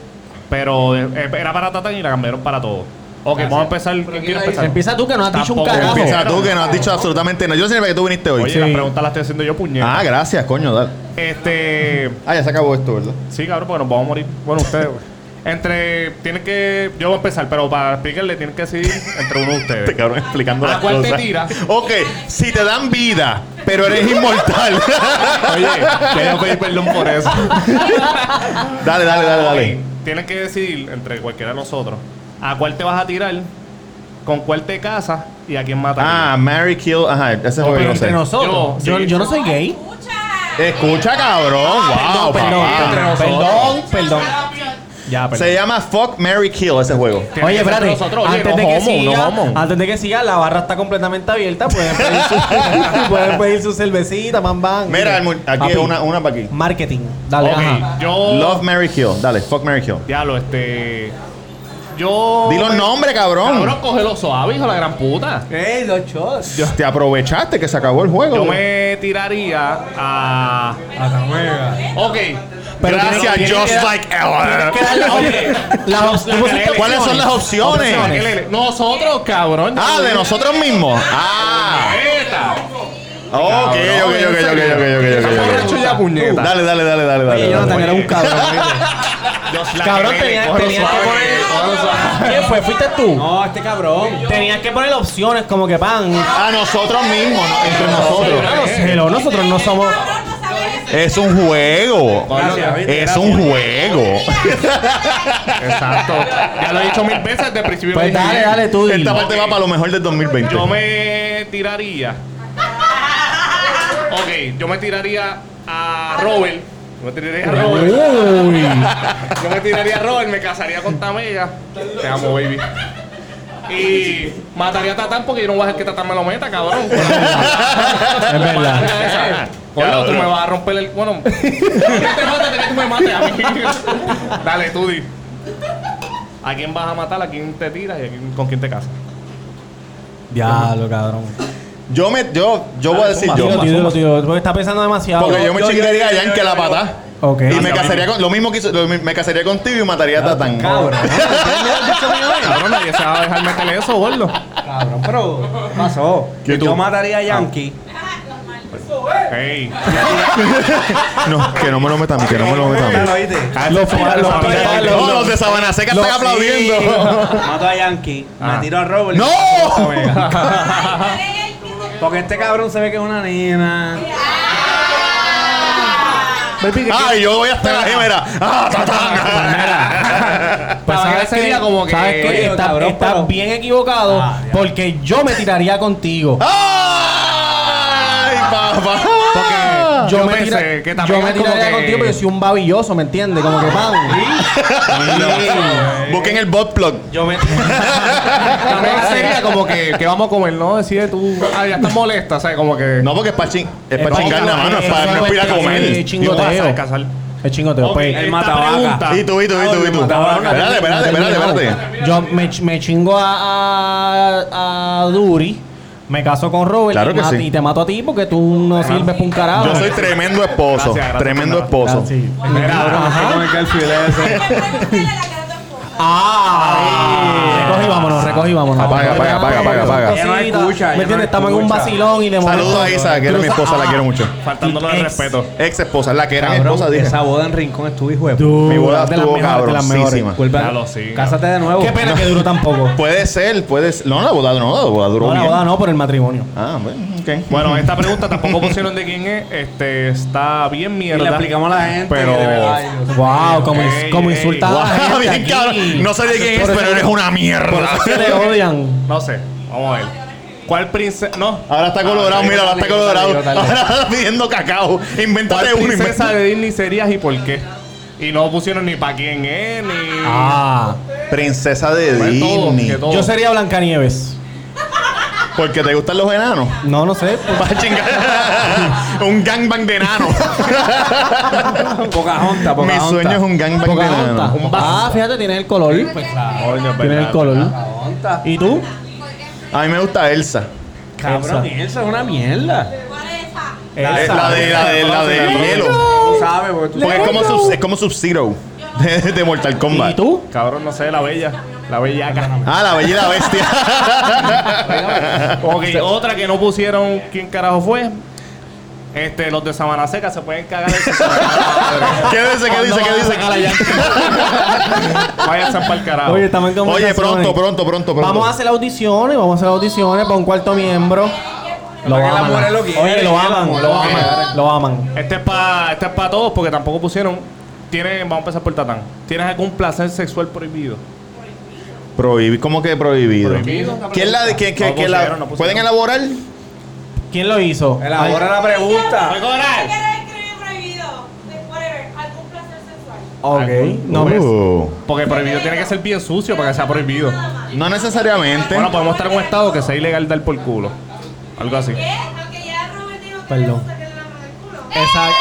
D: pero eh, era para Tatán y la cambiaron para todos. Ok, vamos a empezar. ¿Quién quiere empezar?
B: Empieza tú que no has dicho un
D: Tampoco
B: carajo.
A: Empieza tú que no has dicho absolutamente nada. Yo sé que tú viniste hoy.
D: Oye, la pregunta la estoy haciendo yo, puñeta.
A: Ah, gracias, coño. Dale.
D: Este.
A: Ah, ya se acabó esto, ¿verdad?
D: Sí, cabrón, porque nos vamos a morir. Bueno,
A: [laughs]
D: ustedes, güey. Entre. Tienen que. Yo voy a empezar, pero para explicarle, tienen que decidir entre uno de
A: Este
D: ustedes.
A: cabrón explicando
D: ¿A
A: las
D: Ah, cuál te
A: cosas.
D: tira?
A: Ok, si te dan vida, pero eres inmortal.
D: [laughs] Oye, quiero pedir perdón
A: [laughs]
D: por eso.
A: dale, dale, dale, dale.
D: Ok, Tienen que decidir entre cualquiera de nosotros a cuál te vas a tirar, con cuál te casas y a quién matas.
A: Ah, Mary Kill. Ajá, ese es
B: Pero
A: juego no
B: entre
A: sé.
B: nosotros.
D: Yo,
B: Yo,
D: sí.
B: yo no soy gay.
G: Escucha.
A: Escucha, cabrón. Wow,
B: perdón,
A: Ah, papá.
B: entre nosotros. perdón, perdón. Ya, perdón.
A: Se llama Fuck Mary Kill ese juego.
D: Tiene
B: Oye,
D: que ser
B: espérate,
D: entre nosotros. Oye,
B: antes,
D: no
B: de que
D: homo, no
B: siga,
D: homo.
B: antes de que siga, la barra está completamente abierta. Pueden pedir [laughs] su, pueden pedir su cervecita, man, man.
A: Mira, el mu- aquí
B: Papi,
A: hay una, una para aquí.
B: Marketing. Dale,
D: Ok,
B: [laughs] ajá.
D: yo.
A: Love Mary Kill. Dale, Fuck Mary Kill.
D: Diablo, este. Yo.
A: Di los nombres, cabrón.
D: Cabrón, cógelo suave, hijo de la gran puta.
C: ¡Ey, los shots!
A: Te aprovechaste que se acabó el juego.
D: Yo
A: güey.
D: me tiraría a.
A: Ah,
C: A Tamega.
D: Ok.
B: Pero
A: Gracias,
D: tiene que
A: just
D: dar-
A: like ever.
D: Ok.
B: Las op- [laughs]
D: Las
B: tú pusiste
D: galeras.
A: ¿Cuáles son las opciones?
D: Makelele. Nosotros, cabrón.
A: Ah, de nosotros mismos. Ah.
D: Esta.
A: Ok, ok, ok, ok, ok, ok, ok, ok, ok.
D: Borracho ya, puñeta.
A: Dale, dale, dale, dale, dale.
B: Oye, Jonathan
A: dale.
B: era un cabrón. [laughs]
D: Just like
B: cabrón,
D: Kelele,
B: tenías
D: cógelo
B: tenías que
D: suave, cógelo
B: poner.
D: suave.
B: ¿Quién fue? ¿Fuiste tú?
C: No, este cabrón.
B: Tenías que poner opciones como que pan.
A: A nosotros mismos, no, entre nosotros.
B: Hello, nosotros no somos.
G: Cabrón, no sabes.
A: Es un juego.
D: Gracias, ¿viste?
A: Es un [laughs] juego.
D: Exacto. Ya lo he dicho mil veces desde el principio.
B: Pues
D: lo dije
B: dale,
D: bien.
B: dale tú.
A: Esta
B: dilo.
A: parte Este va para lo mejor del 2020.
D: Yo me tiraría. Ok, yo me tiraría a Robert. Yo me tiraría a Robert.
B: Uy.
D: Yo me tiraría a Robert, me casaría con Tamega. Te amo, baby. Y mataría a Tatán porque yo no voy a dejar que Tatán me lo meta, cabrón.
B: Es verdad.
D: Bueno, tú
A: Cabrón.
D: me vas a romper el.
B: [laughs]
D: Bueno, ¿qué te mata de que tú me mates a mí? Dale, tú di. ¿A quién vas a matar? ¿A quién te tiras? ¿Y a quién- con quién te casas?
B: Diablo, cabrón.
A: Yo me, yo, yo voy a decir yo.
B: Tío, tío, tío, porque está pensando demasiado.
A: Porque yo me chingaría a Yankee a la pata.
B: Ok.
A: Y me casaría con. Lo mismo que hizo. lo mi- Me casaría contigo y mataría a Tatán.
C: Cabrón.
D: Cabrón, nadie se va a dejar meterle eso, gordo.
C: Cabrón, pero pasó.
A: ¿Qué tú? Ah,
C: Yo mataría a Yankee.
D: Ey.
A: [laughs] No, que no me lo metan, que no me
C: [laughs]
A: lo metan.
C: ¿Lo oíste?
B: Los fa- los fa-
A: No, los de Sabana Seca están
C: [laughs]
A: aplaudiendo.
C: Mato a Yankee,
D: Ah.
C: me tiro a Robert.
A: ¡No! [laughs]
C: Porque este cabrón se ve que es una nena.
B: [laughs]
A: Ay, yo voy a estar ahí, mira. Ah, Tatán.
B: Pues
D: Para
B: sabes
D: mí sería
B: que-
D: como que-
B: ¿sabes qué?
D: Oye,
B: Estás-
C: cabrón,
B: estás
C: pero-
B: bien equivocado
C: Ah, ya.
B: porque yo me tiraría contigo.
A: ¡Ay, papá!
D: Porque-
B: yo,
D: yo
B: me
D: pensé
B: tira-
D: que
B: yo
D: también
B: me
D: es como
B: tiraría
D: que-
B: contigo, pero yo soy un babilloso, ¿me entiendes? Como que pan.
A: Busquen el bot plug.
C: Yo me.
D: También sería como que, que vamos a comer, ¿no? Decide tú. Ah, ya estás molesta, ¿sabes? Como que.
A: No, porque es para ching, es para
B: para
A: chingar la mano, es para no es para ir a comer.
B: Sí, chingoteo.
D: Digo, casar.
B: Es chingoteo.
D: Ok,
B: pues.
D: esta
C: el matabaca.
D: pregunta-
A: Y tú, y tú, y tú, y tú. Espérate, espérate, espérate, espérate.
B: Yo me, ch- me chingo a, a, a Duri, me caso con Robert
A: Claro
B: y,
A: que
B: ma-
A: sí.
B: y te mato a ti porque tú no sirves para un carajo.
A: Yo soy tremendo esposo,
D: Gracias, gracias,
A: tremendo
D: nada.
A: esposo.
B: Sí.
D: Ajá.
C: Cabrón, que el filete ese.
G: Pregúntale a la cara de tu esposa.
B: Ah, recogí, vámonos, recogí, vámonos.
A: Apaga, apaga, apaga, apaga, apaga.
C: Ella no
B: Cosita,
C: escucha, ella
B: ¿Me
C: no
B: entiendes? Estamos en un
C: escucha.
B: vacilón y de
A: Saludos a Isa, que era mi esposa, la quiero mucho.
D: Faltándole el respeto.
A: Ex esposa, la que era mi
C: Cabrón,
A: esposa, dije.
C: esa boda en Rincón estuvo hijo de puta.
A: Mi
B: Mi
A: boda
B: de las
A: estuvo
B: mejores, de las
A: cabroncísima.
B: mejores.
C: Vuelve a-
D: Ya lo sigo.
C: Cásate de nuevo.
B: Qué pena que duró tan poco.
A: Puede ser, puede ser. No, la boda no, la boda duró
B: No, la
A: bien.
B: boda no, por el matrimonio.
A: Ah, bueno, ok.
D: Bueno, esta pregunta tampoco pusieron de quién es. Este, está bien
C: Y le
D: mierda.
C: explicamos a la gente.
D: Pero-
C: que de verdad, ay, Dios mío.
B: Wow, como, ins-
D: ey,
B: como
D: ey,
B: insulta a la
A: Guau,
B: gente
A: Ah, bien
B: aquí.
A: cabrón. No sé de quién es,
B: Por eso-
A: pero eres una
B: Por eso se le
A: mierda.
B: odian.
D: No sé. Vamos a ver. ¿Cuál princesa? No.
A: Ahora está colorado, mira, ahora está
C: Dale, dale,
A: colorado.
C: dale.
A: Ahora está pidiendo cacao. Invéntate uno.
D: ¿Cuál princesa
A: inventa-
D: de Disney serías y por qué? Y no pusieron ni para quién es, ni.
B: Ah.
A: Princesa de
D: Pues todo, que
A: Disney.
D: todo.
B: Yo sería Blancanieves.
A: Porque te gustan los enanos.
B: No, no sé.
A: Vas a chingar [laughs] un gangbang de enanos.
C: Pocahontas,
A: Mi
C: Pocahontas.
A: sueño es un gangbang de enanos.
B: Pocahontas. Ah, fíjate, tiene el color.
C: Pues,
B: Tiene el color.
C: Pocahontas.
B: ¿Y tú?
A: A mí me gusta Elsa.
C: Cabrón, esa es una mierda.
G: ¿Cuál es esa?
A: Eh,
B: Esa.
A: La de, la de, la de hielo.
C: Tú sabes, porque tú
A: Porque es como, sub, es como Sub-Zero de, de Mortal Kombat.
B: ¿Y tú?
D: Cabrón, no sé, la bella. La bellaca.
A: Ah, la bella y la bestia. [laughs]
D: ok, otra que no pusieron quién carajo fue. Este, los de Sabana Seca se pueden cagar
A: [laughs]
D: en su
A: ¿Qué dice? ¿Qué dice? ¿Qué dice?
D: Váyanse pa'l carajo.
B: Oye, estamos en
A: Oye,
B: conversaciones.
A: pronto, pronto, pronto, pronto.
B: Vamos a hacer audiciones, vamos a hacer audiciones para un cuarto miembro. Lo
C: Para que la
B: aman.
C: mujer lo quiera,
B: Oye, lo
C: que la
B: aman,
C: mujer
B: lo
C: lo
B: aman,
C: quiera.
B: lo aman.
D: Este es para este es pa todos porque tampoco pusieron. Tiene, vamos a empezar por Tatán. ¿Tienes algún placer sexual prohibido?
A: Prohibi- ¿Cómo que prohibido?
D: Prohibido.
A: ¿Quién la, de- que, que,
D: No
A: que la-
D: pusieron, no pusieron.
A: pueden elaborar?
B: ¿Quién lo hizo?
C: Elabora la pregunta.
G: ¿Qué quiere escribir prohibido? De- whatever, algún placer sexual.
B: Ok, no pues. me.
A: Uh,
D: Porque prohibido tiene que ser bien sucio para que sea prohibido.
A: no necesariamente.
D: Bueno, pues. podemos estar en un estado que sea ilegal dar por culo. Algo así.
G: ¿Qué? Aunque ya Robert dijo que
B: Perdón.
G: le gusta que le laman el culo.
B: Exacto.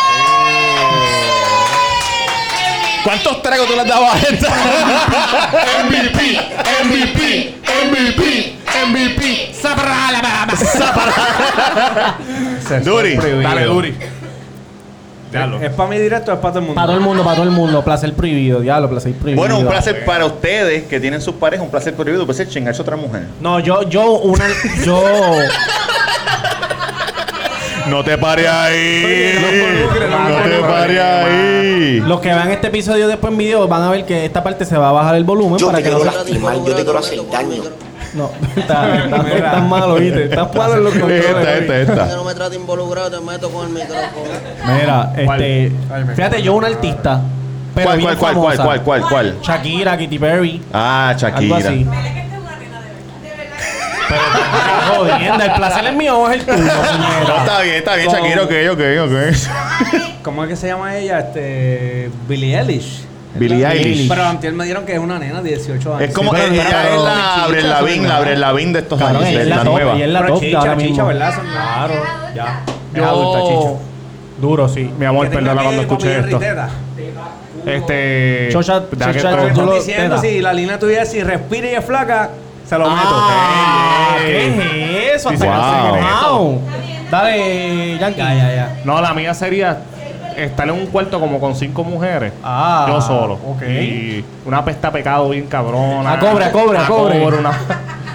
G: Pero
A: ¿Cuántos tragos tú le has dado a esta? MVP, MVP, MVP, MVP. Duri.
D: Dale, Duri. Eh, Dale.
C: ¿Es para mí directo o es para todo el mundo?
B: Para todo el mundo, para todo el mundo. Placer prohibido, diablo, placer prohibido.
A: Bueno, un placer para ustedes que tienen sus parejas, un placer prohibido, puede ser chingarse a otra mujer.
B: No, yo, yo, una. [laughs] Yo.
A: No te pares ahí. No te pares ahí.
B: Los que vean este episodio después en video van a ver que esta parte se va a bajar el volumen
H: Yo
B: para
H: te
B: que no.
H: quiero lastimar, yo te quiero hacer daño.
B: No,
A: [laughs]
B: está, está, está malo, ¿viste? Está malo en los controles.
A: Esta, esta, esta.
I: no me trate involucrado, te meto con el micrófono.
B: Mira,
D: ¿Cuál?
B: este.
C: Ay, me-
B: Fíjate, yo, una artista. Pero
A: ¿Cuál,
B: bien
A: cuál, cuál, cuál,
B: famosa.
A: cuál, cuál, cuál?
B: Shakira, Katy Perry.
A: Ah,
B: Algo
A: Shakira.
B: así.
G: Vele que esta es una arena de verdad. De verdad que
B: Jodienda, el placer es mío o es
A: [laughs]
B: el
A: [laughs]
B: tuyo.
A: No,
B: puñeta?
A: está bien, está bien,
B: Con-
A: Shakira, ok, ok, ok.
C: ¿Cómo es que se llama ella? Este, Billie Eilish.
A: Billie Eilish.
C: Pero antes me dieron que es una nena de 18 años.
A: Es como
B: pero-
A: ella
B: pero-
A: es la Abre la Vin, la Abre la Vin de estos
B: Cabrón,
A: años,
B: ella
A: es
B: es
A: la
B: la top,
A: nueva.
B: ella es la
C: Pero
B: top de
C: chicha,
B: ahora
C: chicha,
B: mismo.
C: ¿verdad? Son- claro, ya. Es
D: Yo-
C: adulta, chicho.
B: Duro, sí.
D: Mi amor, perdona cuando escuché esto. Este.
B: Chocha-
D: da que
B: chocha-
D: todo-
B: Tú
C: Están
B: lo-
C: diciendo
B: te da.
C: si la línea tuya es si respira y es flaca, se lo
B: Ah,
D: Ey, ey.
B: ¿Qué es eso?
D: Sí,
B: Hasta
A: sí,
B: que
A: sí.
B: se wow. Dale, Yankee.
C: meto. Ya, ya, ya.
D: No, la mía sería estar en un cuarto como con cinco mujeres.
C: Ah,
D: yo solo.
C: ok.
D: Y una pesta pecado bien cabrona. Ah,
B: A cobre, a cobre, a cobre.
D: una-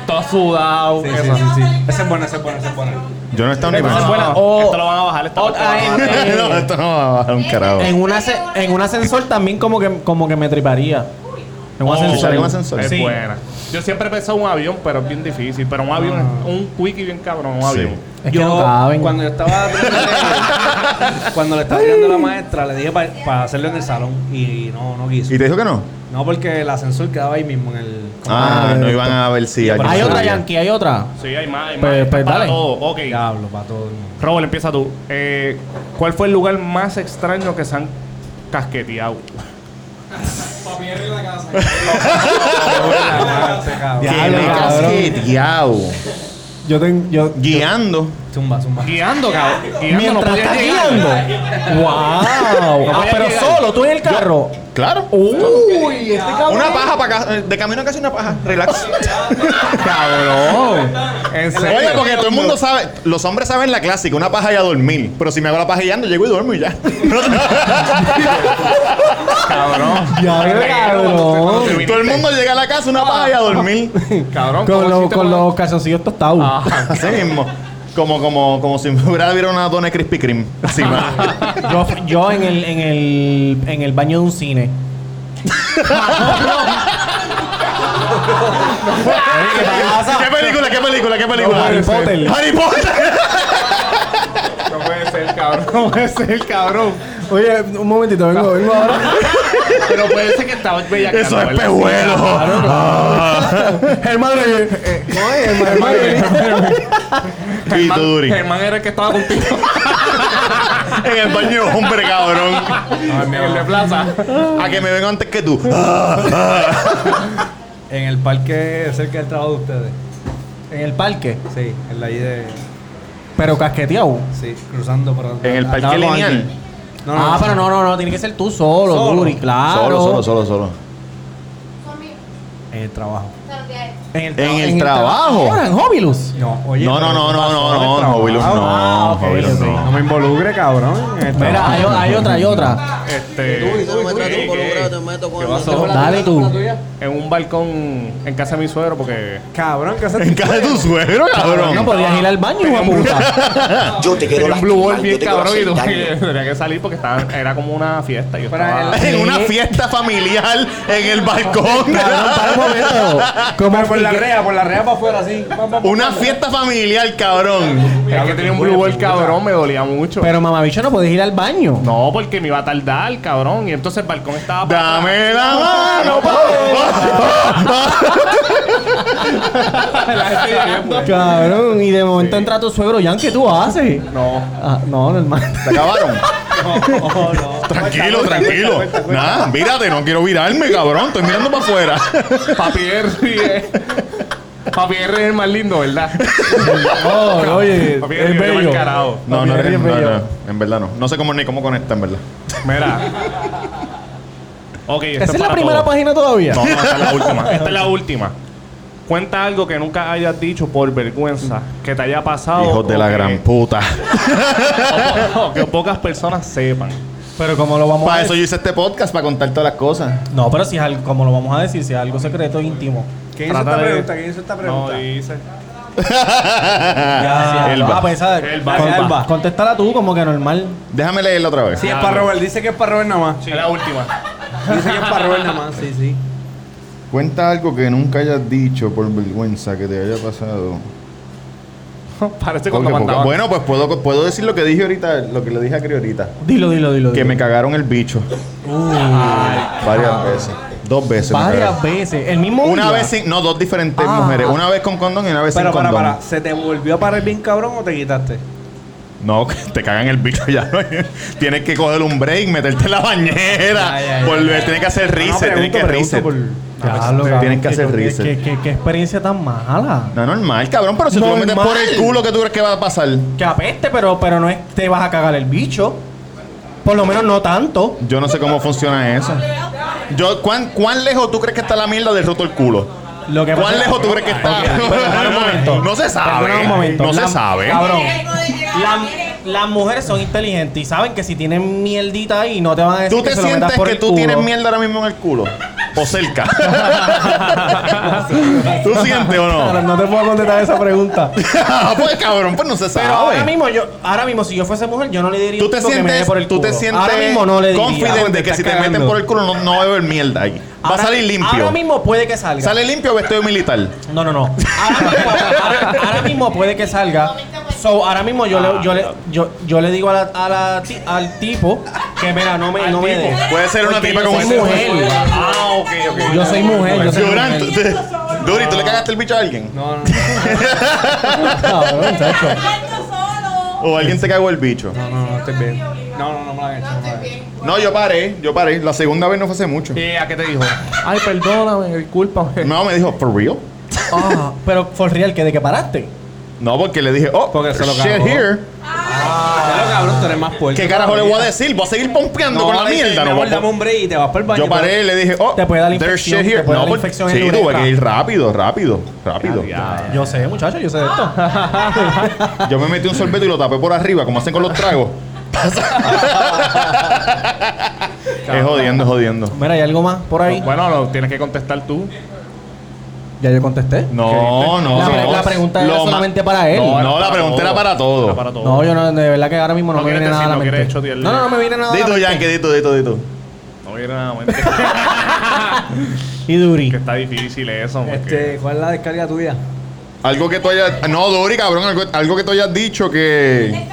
D: todo sudado.
C: Sí,
D: eso.
C: sí, sí, sí. Esa es buena, esa es buena, esa es buena.
A: Yo no he estado ni
D: Esa es
A: pensando.
D: buena.
B: O-
D: esto lo van a bajar. Esto
B: o-
D: lo van a bajar.
B: eh,
A: No, esto no va a bajar un carajo.
B: En, una se- en un ascensor también como que, como que me triparía. En un
D: Oh,
B: ascensor.
A: en un ascensor.
D: Es
B: Sí.
D: buena. Yo siempre he pensado en un avión, pero es bien difícil. Pero un avión, es un quickie bien cabrón, un
A: Ah. Sí.
D: avión.
B: Es que no caben.
C: cuando yo estaba
B: [laughs]
C: cuando le estaba tirando a la maestra, le dije para hacerlo en el salón y no, no quiso.
A: ¿Y te dijo que no?
C: No, porque el ascensor quedaba ahí mismo en el.
A: Ah, no iban a ver si alguien
B: Hay otra,
A: sabía.
B: Yankee, hay otra.
D: Sí, hay más, hay más.
B: Pues- pues
D: Para
B: dale.
D: todo, ok.
C: Diablo, para todo el mundo.
D: Robert, empieza tú. Eh, ¿Cuál fue el lugar más extraño que se han casqueteado?
C: [laughs] Adelante, cabrón.
A: Que
B: Diablo,
A: me
B: cabrón.
A: casqueteado.
B: Yo tengo... Yo,
A: Guiando.
C: Zumba, zumba.
D: Guiando, cabrón. Guiando, no
B: Mientras
D: podía
B: estás
D: llegar.
B: guiando. wow.
D: No
B: Ah,
D: podía
B: pero
D: llegar.
B: solo, tú en el carro.
A: Claro.
B: Uy, este cabrón.
A: Una paja para acá. De camino a casa una paja.
B: [laughs]
A: Relax.
D: Cabrón. En
A: Oye,
D: serio.
A: porque todo el mundo sabe, los hombres saben la clásica, una paja y a dormir. Pero si me hago la paja guiando, llego y duermo y ya. [laughs]
D: Cabrón.
B: Diablo, cabrón.
A: todo el mundo llega a la casa, una paja y a
B: [laughs]
A: dormir.
D: Cabrón.
B: Con,
D: ¿cómo
B: los-
D: hiciste
B: con
D: para-
B: los calzoncillos tostados.
D: Ah,
A: Así mismo. Como, como, como si me hubiera habido una dona de Krispy Kreme encima.
B: Yo, yo en, el, en, el, en el baño de un [laughs] cine. [laughs] ¿Qué pasa?
A: ¿Qué película? ¿Qué película? ¿Qué película?
B: No, Harry Potter.
A: Harry
B: [laughs]
A: Potter.
D: No puede ser, cabrón. No puede ser, cabrón.
B: Oye, un momentito, vengo, vengo [laughs] ahora.
D: Pero puede ser que estaba bella.
A: Eso es pejuelo. [laughs] Ah.
B: Hermano,
A: Y tú, Duri.
D: Germán era el que estaba contigo.
A: En el baño, hombre, cabrón.
D: el de plaza.
A: A que me vengo antes que
B: [laughs]
A: tú.
C: En el parque cerca del trabajo de ustedes.
B: en el parque,
C: Sí, en la I de.
B: pero casqueteado.
C: Sí, cruzando por Ah,
A: En el
C: andaba
A: parque
C: con
A: lineal.
C: alguien. No, no,
B: ah,
C: no,
B: pero no, no, no, tiene que ser tú solo,
C: Solo.
B: Duri, claro.
A: Solo, solo, solo, solo.
C: En el trabajo.
B: En el,
A: En el
B: trabajo.
A: trabajo.
B: Ahora, en Hobilus.
C: No, oye.
A: No, no,
C: pero
A: no,
C: ¿qué
A: no,
C: pasó en el
A: no, no,
C: trabajo?
A: Hobilus
B: Ah,
A: no.
B: ok,
A: Hobilus
B: ok.
C: No
A: no.
C: me involucre, cabrón. en el
B: Mira,
C: trabajo.
B: hay, o- hay otra, hay otra.
D: Este.
I: No me trate involucrado, te meto con el micrófono.
B: Dale tú.
D: En un balcón en casa de mi suegro porque.
C: Cabrón, ¿qué haces?
A: En casa de tu suegro,
B: No
A: cabrón.
B: podías ir al baño, hijo de puta.
H: Yo te quiero
D: Tenía un blue ball
H: lastimar, yo
D: bien
H: te quiero
D: cabrón y
H: hacer
D: tuve-
H: daño.
D: tenía que [laughs] salir porque estaba, era como una fiesta. y Yo
C: Pero
D: estaba,
A: [laughs]
C: el-
A: En una fiesta familiar, en el balcón.
B: Cabrón, para un momento. ¿Cómo
C: Por la
B: que-
C: rea, por la rea para afuera, así. Pam, pam, pam,
A: Una
C: pam.
A: fiesta familiar, cabrón.
D: es que tenía un blue ball cabrón, me dolía mucho.
B: Pero mamabicho no podías ir al baño.
D: no, porque me iba a tardar, cabrón. Y entonces el balcón estaba. para atrás.
A: Dame la mano, papá.
D: La
A: [laughs]
D: gente llegando.
B: Cabrón, y de momento entra tu suegro, Jan, ¿qué tú haces?
D: No.
B: Ah, no, no, hermano.
A: ¿Se acabaron?
C: Oh, no.
A: Tranquilo, tranquilo. Nada, mírate, no quiero virarme, cabrón. Estoy mirando para afuera.
D: Papi Henry es. Papi Henry es el más lindo, ¿verdad?
B: Oh, oye,
D: Papi Henry es el carajo.
A: No,
B: Papi,
A: no,
B: eres
A: no,
B: bello.
A: no, en verdad no. No sé cómo ni cómo conecta, en verdad.
D: Mira. Ok, esto
B: ¿Esa es la
D: para
B: primera
D: todos.
B: página todavía?
D: No, no, esta es la última. Esta es la última. Cuenta algo que nunca hayas dicho por vergüenza, que te haya pasado.
A: Hijos de
D: o
A: la
D: que-
A: gran puta.
D: o po- o que pocas personas sepan.
B: Pero como lo vamos
A: Para
B: a
A: eso
B: decir?
A: yo hice este podcast, para contar todas las [laughs] cosas.
B: No, pero si es algo, como lo vamos a decir, si es algo secreto íntimo.
C: ¿Quién hizo
D: Trata
C: esta
D: de-
C: pregunta? ¿Quién hizo esta pregunta?
D: No dice.
B: Ya,
A: Elba.
B: Ah, pues esa-
D: Elba,
B: Con-
D: Elba.
B: Contéstala tú, como que normal.
A: Déjame leerla otra vez.
C: Sí, es para Robert. Dice que es para Robert nada más.
D: Es la última.
C: Dice que es para Robert nada más. Sí,
A: [laughs]
C: sí.
A: Cuenta algo que nunca hayas dicho por vergüenza que te haya pasado.
D: Parece
A: Porque-
D: cuando
A: porque-
D: mandaba.
A: bueno, pues puedo, puedo decir lo que dije ahorita, lo que le dije a Cri ahorita.
B: Dilo, dilo, dilo.
A: Que
B: dilo.
A: me cagaron el bicho. Varias veces. Dos veces. me
B: Varias
A: cagaron.
B: veces. El mismo
A: Una
B: día.
A: vez sin. No, dos diferentes
B: Ah.
A: mujeres. Una vez con condón y una vez
C: Pero
A: sin
C: para,
A: condón.
C: para. ¿Se te volvió a parar bien cabrón o te quitaste?
A: No, que te cagan el bicho [laughs] ya. no hay- tienes que coger un break, meterte en la bañera.
C: Ya, ya, ya.
A: volver, Tienes que hacer
C: No, no,
A: reset. tienes
C: pregunto,
A: que
C: pregunto
A: reset.
C: por-
B: Diablo,
A: Tienes
B: cabrón,
A: que hacer
B: qué-
A: reset.
B: qué- qué- Qué experiencia tan mala.
A: No, normal, cabrón. Pero si tú lo metes
B: Normal.
A: por el culo, ¿qué tú crees que va a pasar?
B: Que apeste, pero, pero no es te vas a cagar el bicho. Por lo menos no tanto.
A: Yo no sé cómo funciona eso. Yo, ¿cuán, ¿Cuán lejos tú crees que está la mierda del roto el culo?
B: Lo que pasa-
A: ¿Cuán lejos tú crees que está? [laughs]
B: Perdona un momento.
A: No se
B: Perdona
A: sabe.
B: un momento.
A: No se
B: La-
A: sabe.
B: Cabrón. La- las mujeres son inteligentes y saben que si tienen mierdita ahí no te van a decir
A: ¿Tú te
B: que se lo metas
A: sientes
B: por
A: que
B: el
A: tú
B: culo.
A: tienes mierda ahora mismo en el culo? ¿O cerca? [laughs] ¿Tú sientes o
B: Cabrón,
A: no? [laughs]
B: [laughs] no te puedo contestar esa pregunta.
A: pues cabrón, pues no se sabe.
B: Pero ahora mismo yo, ahora mismo si yo fuese mujer, yo no le diría
A: ¿Tú te
B: esto que me dé
A: sientes,
B: por el
A: tú te
B: culo.
A: sientes
B: ahora mismo no le diría.
A: confident de
B: porque
A: que si
B: estás
A: te meten
B: cagando.
A: por el culo no, no va a haber mierda ahí? Va a
B: Ahora-
A: salir limpio.
B: Ahora mismo puede que salga.
A: ¿Sale limpio o vestido militar?
B: No, no, no. Ahora mismo, ahora- ahora mismo puede que salga. So, ahora mismo yo le, yo le, yo, yo le digo a la, a la ti- al tipo que, mira, no me, no me dé.
A: Puede ser una
B: Porque
A: tipa este
B: yo
A: como
B: soy
A: ese.
B: mujer.
D: Ah, ok, ok.
B: Yo soy mujer, yo soy
A: Durán, tú-
B: mujer.
A: te- [laughs] Duri, ¿tú le cagaste el bicho a alguien?
C: No, no.
B: Cabrón, chacho.
A: ¿O alguien te cagó el bicho?
C: No, no, no, estoy bien. No, no, no me la han hecho. No me la han hecho.
A: No, yo paré, yo paré. La segunda vez no fue hace mucho.
D: ¿Y a qué te dijo?
B: Ay, perdóname, discúlpame.
A: No, me dijo, ¿for real?
B: Ah, pero for real, que de que paraste.
A: No, porque le dije, oh,
C: Porque se lo
A: shit
C: cagó.
A: here.
C: Ya lo cabrón, tú eres más puerco.
A: ¿Qué carajo le
C: todavía.
A: voy a decir? Voy a seguir pompeando con la
C: dice,
A: mierda,
C: mi
A: no
C: amor,
A: voy a-
C: dame un break y te vas para el baño.
A: Yo paré y le dije, oh,
B: Te puede dar la
A: there's
B: infección,
A: shit here.
B: te puede
A: no,
B: dar la
A: porque-
B: infección en
A: sí,
B: la
A: tuve
B: uretra.
A: que ir rápido, rápido, rápido.
B: Yo sé, muchacho, yo sé de esto.
A: Yo me metí un sorbeto y lo tapé por arriba, como hacen con los
B: [laughs]
A: tragos. es jodiendo, es jodiendo.
B: Mira, ¿hay algo más por ahí?
D: Bueno, lo tienes que contestar tú.
B: Ya yo contesté.
A: No, no,
B: La pre-
A: no.
B: la pregunta era
A: Lo ma-
B: solamente para él.
A: No, no, la pregunta era para
D: Era
A: todo.
D: para todo.
B: No, yo no, de verdad que ahora mismo no,
D: No
B: me
D: quieres
B: viene nada a la
D: decir, no
B: mente.
D: quieres chotearle.
B: No, no, no me viene nada a la
A: Dito,
B: mente.
A: Yankee, dito, dito, dito.
D: No viene nada, mente.
B: Y Duri.
D: que está difícil eso. porque-
C: Este, ¿cuál es la descarga tuya?
A: Algo que tú hayas. No, Dori, cabrón, algo, algo que tú hayas dicho que.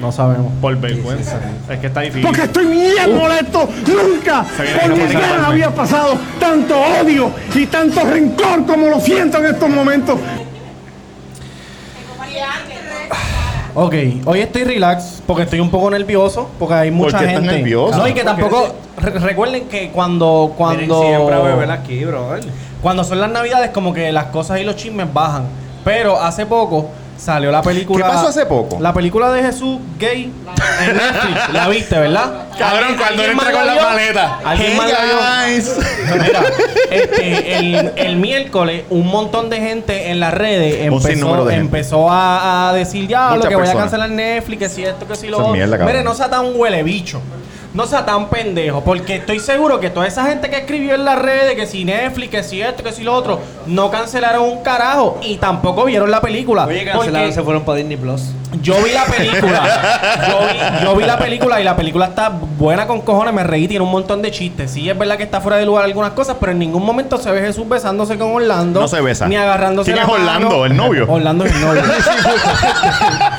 B: No sabemos. Uh,
D: Por vergüenza. Es que está difícil.
J: Porque estoy bien molesto. Nunca
D: Se viene
J: por
D: con
J: mi
D: esa
J: cara
D: palma.
J: había pasado tanto odio y tanto rencor como lo siento en estos momentos.
B: Ok, hoy estoy relax porque estoy un poco nervioso porque hay mucha
A: qué estás
B: gente.
A: nervioso?
B: No, y que tampoco re- recuerden que cuando cuando
C: Miren, Siempre a beber aquí, ¿eh? brother.
B: cuando son las Navidades como que las cosas y los chismes bajan, pero hace poco salió la película
A: ¿Qué pasó hace poco?
B: La película de Jesús gay en Netflix, la viste, ¿verdad?
A: Cabrón,
B: ¿Alguien-
A: cuando él
B: alguien
A: entra
B: más
A: con la
B: vio?
A: paleta.
B: ¿Alguien más la vio?
A: guys.
B: Mira, este, el, el miércoles un montón de gente en las redes
A: Un sinnúmero
B: empezó,
A: de gente.
B: empezó a, a decir ya lo
A: Muchas
B: que voy a
A: personas.
B: cancelar Netflix, que si esto, que si
A: Eso
B: lo
A: es
B: otro.
A: mierda, cabrón.
B: Mire, no sea tan huele bicho. No sea tan pendejo, porque estoy seguro que toda esa gente que escribió en las redes que si Netflix, que si esto, que si lo otro, no cancelaron un carajo y tampoco vieron la película.
C: Oye,
B: Ah, Porque-
C: cancelaron, se fueron para Disney Plus.
B: yo vi la película. Yo vi, yo vi la película y la película está buena con cojones. Me reí, tiene un montón de chistes. Sí, es verdad que está fuera de lugar algunas cosas, pero en ningún momento se ve Jesús besándose con Orlando.
A: No se besa.
B: Ni agarrándose.
A: ¿Quién
B: la
A: es Orlando?
B: mano.
A: ¿El novio?
B: Orlando es el novio.
A: [laughs]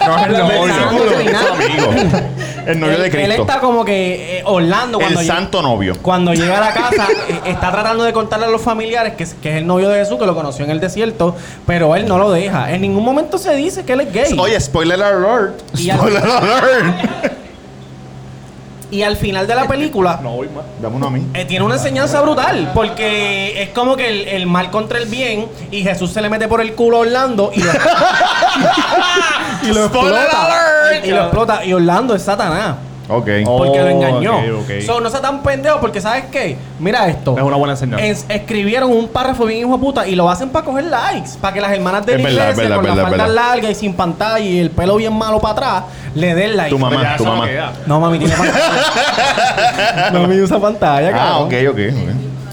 A: No, el
B: novio.
A: Es su amigo. El novio
B: él,
A: de
B: él
A: Cristo.
B: está como que eh, Orlando
A: El
B: cuando llega-
A: santo novio.
B: Cuando llega a la casa, eh, está tratando de contarle a los familiares que es, que es el novio de Jesús, que lo conoció en el desierto, pero él no lo deja. En ningún momento se dice que él es gay.
A: Oye, spoiler alert.
B: Y al-
A: Spoiler alert.
B: Y al final de la película,
D: No voy más.
A: Dame uno a mí.
B: Eh, tiene una enseñanza brutal, porque es como que el, el mal contra el bien, y Jesús se le mete por el culo a Orlando y lo, [laughs] y lo
A: Spoiler
B: explota.
A: alert.
B: Y lo explota. Y Orlando es Satanás.
A: Ok. [laughs]
B: Porque lo
D: Oh,
B: engañó.
D: ok, ok.
B: So, no sea tan pendejo, porque ¿sabes qué? Mira esto.
D: Es una buena señal.
B: Es- escribieron un párrafo bien hijo de puta y lo hacen para coger likes. Para que las hermanas de
A: Es
B: la
A: verdad,
B: iglesia,
A: es verdad,
B: con
A: verdad,
B: la falda
A: verdad.
B: larga y sin pantalla y el pelo bien malo para atrás, le den like.
A: Tu mamá,
D: Ya,
A: tu
D: eso no
A: mamá.
D: queda.
B: No, mami, tiene [laughs] pantalla. mami usa pantalla,
A: Ah,
B: cabrón.
A: ok, ok. ok.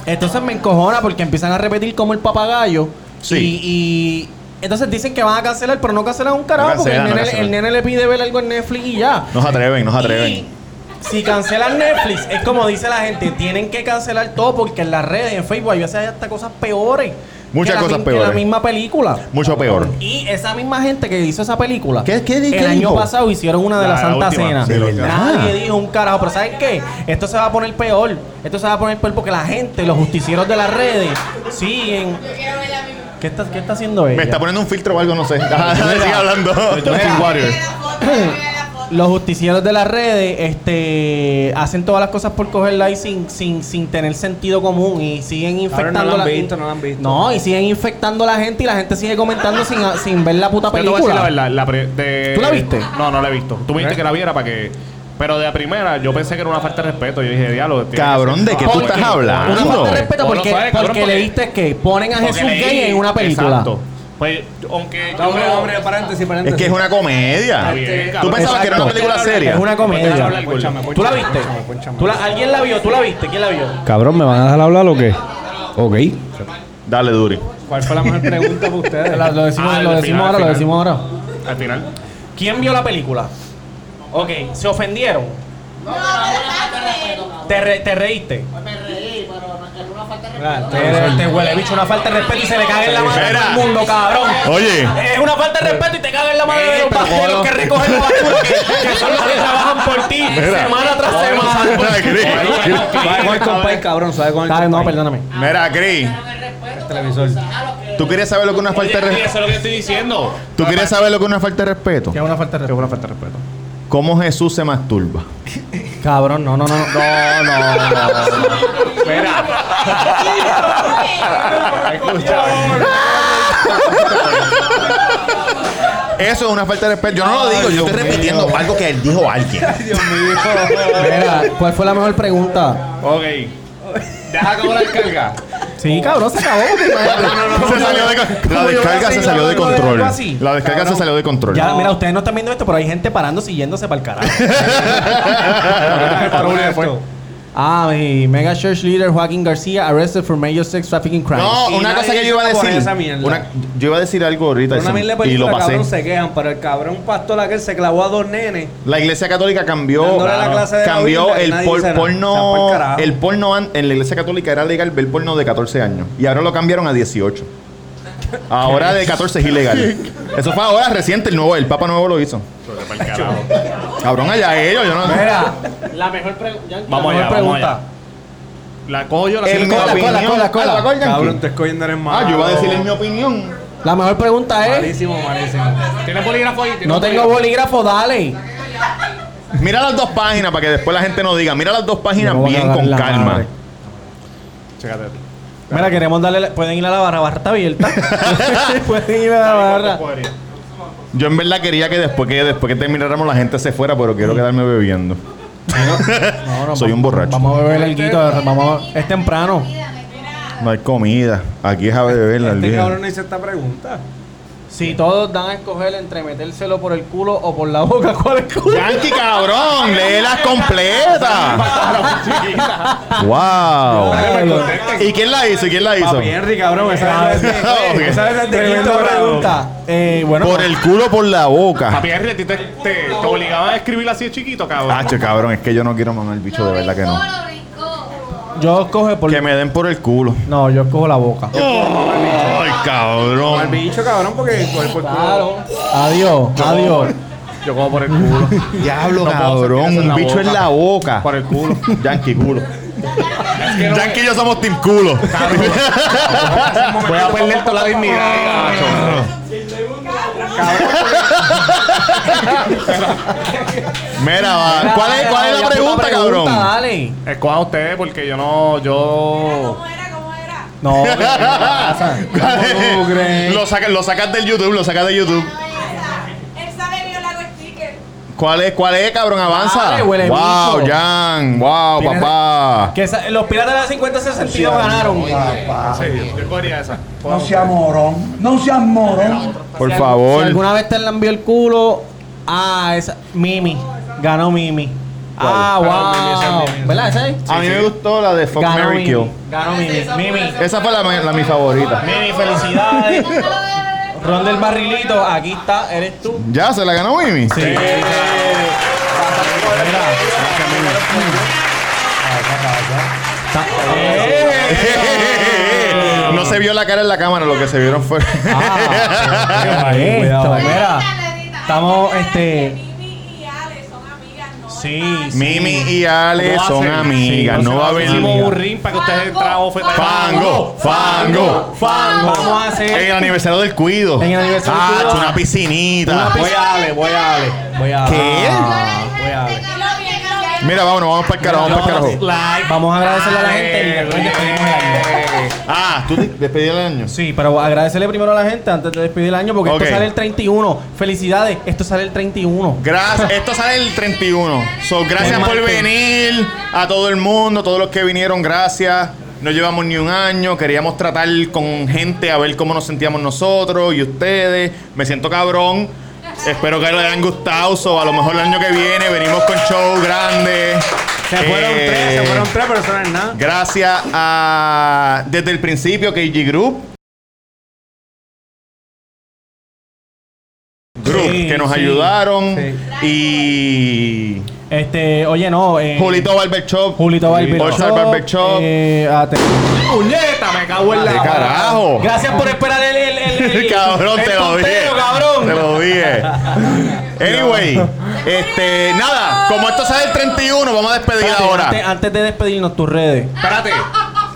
B: Entonces me encojona porque empiezan a repetir como el papagayo.
A: Sí.
B: Y, y entonces dicen que van a cancelar, pero no cancelan un carajo
A: No cancelan,
B: porque el
A: no
B: nene,
A: cancelan.
B: el nene le pide ver algo en Netflix y ya.
A: Nos atreven, nos atreven.
B: Y si cancelan Netflix, es como dice la gente, tienen que cancelar todo porque en las redes, en Facebook, hay veces hay hasta cosas peores.
A: Muchas
B: que la
A: cosas
B: mi-
A: peores.
B: Que la misma película.
A: Mucho peor.
B: Y esa misma gente que hizo esa película,
A: ¿Qué- qué di-
B: el
A: qué
B: año
A: dijo?
B: pasado hicieron una de la,
D: La- la
B: Santa
D: última,
B: Cena.
D: sí, la última.
B: Nadie dijo un carajo, pero ¿saben qué? Esto se va a poner peor. Esto se va a poner peor porque la gente, los justicieros de las redes, siguen. ¿Qué está, qué está haciendo ella?
A: Me está poniendo un filtro o algo, no sé. Ajá,
B: Mira.
A: Sigue hablando. Justin Warrior.
B: los justicieros de las redes este hacen todas las cosas por cogerla y sin, sin, sin tener sentido común y siguen
C: Ahora
B: infectando
C: no la han
B: la-
C: visto, no la han visto.
B: No, y siguen infectando a la gente y la gente sigue comentando sin, ah, sin ver la puta
D: Yo te voy a
B: película.
D: decir la verdad. la pre- de-
B: ¿Tú la viste?
D: No, no la he visto. Tú me dijiste que la viera para que. Pero de la primera, yo pensé que era una falta de respeto. Yo dije, diálogo.
A: Cabrón, ¿de qué tú estás hablando?
B: Una falta de respeto
D: Bueno,
B: porque,
D: ¿sabes, cabrón?
B: porque
D: Porque-
B: leíste que ponen a Jesús gay en una película.
D: Exacto. Pues, aunque. yo
C: Hombre,
D: creo-
C: hombre, paréntesis,
A: Es
C: paréntesis.
A: que es una
D: Está
A: comedia.
D: bien,
A: Tú
D: cabrón.
A: pensabas que era una
D: Exacto.
A: película seria.
B: Es una comedia.
D: Habla el gordo.
B: ¿Tú la viste? ¿Tú la- ¿Alguien la vio? ¿Tú la viste? ¿Quién la vio?
C: Cabrón, ¿me van a dejar hablar o qué? Ok.
A: Dale, Duri.
C: ¿Cuál fue la mejor pregunta para ustedes?
B: La- lo decimos,
D: Ah,
B: lo
D: al
B: decimos
D: final,
B: ahora,
D: al
B: lo
D: final.
B: decimos ahora.
D: Al final.
B: ¿Quién vio la película? Ok, ¿se ofendieron? ¿Te, re- te reíste?
C: Ah,
B: Te, te huele, bicho, una falta de respeto y se le caga en la madre
A: Espera.
B: a todo el mundo, cabrón.
A: Oye.
B: Es una falta de respeto y te caga en la madre de los pasteros que recogen la
C: [laughs]
B: basura, que, que son los que trabajan por
D: [laughs]
B: ti
A: Espera.
B: semana tras semana.
A: Mira, Cris.
C: Sabe con el compay, cabrón, sabe con el
B: Está bien, No,
C: compay.
B: perdóname.
A: Mira, Cris.
C: Televisor.
A: ¿Tú quieres saber lo que es una falta de
D: Oye,
A: respeto?
D: Eso es lo que estoy diciendo.
A: ¿Tú quieres saber lo que es una falta de respeto?
B: Es una falta de respeto.
A: ¿Cómo Jesús se masturba?
B: Cabrón, no, no, no. No, no, no.
A: Eso es una falta de respeto. Yo no lo digo, yo estoy repitiendo algo que él dijo a alguien.
B: Mira, ¿cuál fue la mejor pregunta?
D: [laughs] Ok. Deja acabar el carga.
B: Sí, cabrón, se acabó. [laughs]
A: Se salió de con- La descarga se salió de control. La descarga se salió de control.
B: Ya, mira, ustedes no están viendo esto, pero hay gente parando siguiéndose para el
A: [laughs]
B: carajo. Ah, mi mega church leader Joaquín García arrested for major sex trafficking crime.
A: No,
C: Y
A: una
C: nadie
A: cosa que yo iba a
C: vino por
A: decir.
C: esa mierda.
A: una- yo iba a decir algo ahorita y,
C: Una
A: se- y
C: mierda de
A: lo
C: película,
A: pasé.
C: cabrón, se quejan, pero el cabrón pastor aquel se clavó a dos nenes.
A: La iglesia católica cambió,
C: Dándole la
A: claro,
C: clase de la
A: cambió
C: Biblia que
A: el
C: nadie
A: por-
C: dice nada. O sea,
A: porno.
C: pa'l carajo.
A: el porno an- en la iglesia católica era legal ver porno de 14 años. Y ahora lo cambiaron a 18. Ahora de 14 es ilegal. Eso fue ahora reciente, el nuevo, el Papa Nuevo lo hizo. Cabrón, allá ellos, yo no.
B: Mira, la mejor, pregu- Yankee,
D: Vamos
B: la mejor
D: allá, vamos
B: pregunta.
D: allá. La cojo yo, la
A: En mi
D: siento.
B: cola,
A: opinión-
B: cola, cola,
A: Ah, ¿la cola,
C: Cabrón,
A: Yankee?
C: te escogiendo eres malo.
A: Ah, yo iba a decir en mi opinión.
B: La mejor pregunta es:
C: Malísimo, malísimo.
D: ¿Tienes bolígrafo ahí? ¿Tienes
B: No tengo
D: bolígrafo?
B: bolígrafo, dale.
A: Mira las dos páginas para que después la gente no diga. Mira las dos páginas
B: Yo me voy a
A: bien
B: cagar
A: con
B: en la
A: calma.
B: madre.
D: Chécate.
B: Mira, queremos darle. la- Pueden ir a la barra, barra está [laughs] abierta. Pueden ir a la barra.
A: Yo en verdad quería que después que después que termináramos la gente se fuera, pero quiero quedarme bebiendo.
B: No, no,
A: Soy un borracho.
B: Vamos a beber el guito. Vamos a- Es temprano.
A: No hay comida. Aquí es a beber la
C: Este
A: vida.
C: cabrón no hizo esta pregunta.
B: Si todos dan a escoger entre metérselo por el culo o por la boca, ¿cuál es culo?
A: Yankee, cabrón, léelas completa. wow. ¿Y quién la hizo? ¿Y quién la hizo?
C: Papi Henry, cabrón, esa es
A: Ah, Ok.
C: esa es de
B: [laughs] Tremenda
C: quinto grado.
B: pregunta. Eh, bueno,
A: Por el culo, por la boca.
D: Papi Henry, a ti te, te, te obligaban a escribir así de chiquito, cabrón.
A: Hacho, cabrón, es que yo no quiero mamar el bicho, de verdad que no.
B: yo escoge por.
A: Que me den por el culo.
B: No, yo escojo la boca.
A: Ay,
C: Al
A: cabrón.
C: bicho, cabrón, porque el cuerpo el culo.
B: Adiós, adiós.
D: Yo como por el [laughs] culo.
A: Diablo,
D: No puedo
A: cabrón.
D: sentir eso en
A: Un
D: la
A: bicho en
D: boca.
A: la boca.
D: por el culo.
A: Yankee culo. Yankee y yo somos team culo. [laughs]
D: [laughs] Voy a perder toda la dignidad, [laughs] gacho.
A: Mira, va. ¿cuál es, cuál es la
B: Ya,
A: pregunta,
B: puta
A: cabrón?
B: Dale.
D: Escojan ustedes porque yo no.
B: Oh.
D: Yo.
G: ¿Cómo era? ¿Cómo era?
B: No,
A: [laughs] ¿Cuál es? Lo, saca- lo sacas del YouTube, lo sacas de YouTube.
G: Esa. Él sabe que yo le hago sticker.
A: ¿Cuál es, cuál es, cabrón? Avanza.
B: Dale, huele
A: wow,
B: bicho.
A: Jan. Wow,
B: Tienes-
A: papá.
B: Que esa- los piratas de la 50 se sentido ganaron.
D: Sí, yo cogería esa.
J: No seas morón, no seas morón.
A: Por
B: Si al-
A: favor.
B: Si alguna vez te la envió el culo. Ah, esa. Mimi. Ganó Mimi. Ah, wow. ¿Verdad? ¿Esa es?
A: A mí me gustó la de Fuck
B: Ganó
A: Mary
B: Mimi.
A: Kill.
B: Ganó Mimi. Mimi.
A: Esa fue la, la mi favorita.
B: Mimi,
A: [laughs]
B: felicidades. Ron del barrilito. Aquí está. Eres tú.
A: ¿Ya se la ganó Mimi?
B: Sí.
A: [laughs] no se vio la cara en la cámara, lo que se vieron fue. [laughs]
B: Ah, qué esto, mira. Estamos, este-
G: Mimi y Ale son amigas, ¿no?
B: Sí,
G: hermanas.
B: sí.
A: Mimi y Ale
D: No va a
A: son
D: ser-
A: amigas,
D: sí,
A: no va a haber
D: Hicimos
A: liga.
D: un ring para que ustedes entraran ofetados.
A: Fango, fango, fango.
B: Ah, Vamos a hacer-
A: El aniversario del cuido.
B: En el aniversario del
A: Eh. Ah,
B: cuido.
A: una piscinita. Pues,
C: Voy a Ale, voy a Ale. Voy a
A: ¿Qué?
C: Ah, voy a Ale.
G: Dilo bien, dilo bien.
A: ah, Mira, vámonos, vamos para el carajo, vamos para el carajo.
B: Vamos a agradecerle a la gente y después despedimos el año.
A: Ah, tú te- despedí el año.
B: Sí, pero agradecerle primero a la gente antes de despedir el año porque
A: Ok.
B: esto sale el 31. Felicidades, esto sale el 31.
A: Gracias, esto sale el 31. So, gracias por
B: Martes.
A: venir a todo el mundo, todos los que vinieron, gracias. No llevamos ni un año, queríamos tratar con gente a ver cómo nos sentíamos nosotros y ustedes. Me siento cabrón. Espero que les hayan gustado. So, a lo mejor el año que viene venimos con show grande.
C: Se fueron
A: Eh,
C: tres, se fueron tres, pero eso no es nada.
A: Gracias a desde el principio KG Group. Group
B: Sí,
A: que nos
B: sí,
A: ayudaron
B: Este, oye, no.
A: y
B: Eh,
A: Julito Barber Shop.
B: Julito Barber
A: All Star
B: Shop,
A: Barber Shop.
B: eh, a te-
D: ¡Puñeta! Me cago en
A: ¿Qué
D: la
A: carajo?
B: Gracias por esperar el. el, el, el-
A: cabrón,
B: el
A: te lo dije.
B: conteo, cabrón.
A: Te lo
B: [laughs]
A: dije. Anyway, este, nada, como esto sale el 31, vamos a despedir
B: Espérate,
A: ahora.
B: Antes, antes de despedirnos, tus redes.
D: Espérate.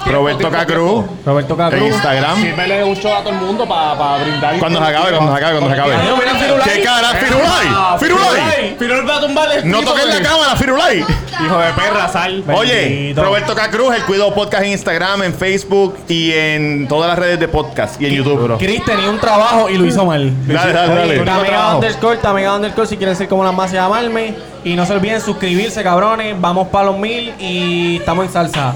A: Roberto Cacruz
B: Roberto
A: en
B: Cacruz.
A: Instagram.
D: Sírvele un show a todo el mundo para brindar.
A: Cuando se acabe, cuando se acabe, cuando se acabe.
B: Adiós, mira, Firulai.
A: ¿Qué cara, Firulai? Firulai.
D: Firulai va a tumbar el
A: No
D: piso,
A: toques la
D: güey.
A: cámara, Firulai.
D: Hijo de perra, sal.
A: Oye,
B: Bendito.
A: Roberto Cacruz, el Cuido Podcast en Instagram, en Facebook y en todas las redes de podcast y en YouTube.
B: Chris tenía un trabajo y lo hizo mal.
A: Dale, dale,
B: Oye,
A: dale.
B: Tamega underscore, Tamega underscore, si quieren ser como las más y llamarme. Y no se olviden suscribirse, cabrones. Vamos para los mil y estamos en salsa.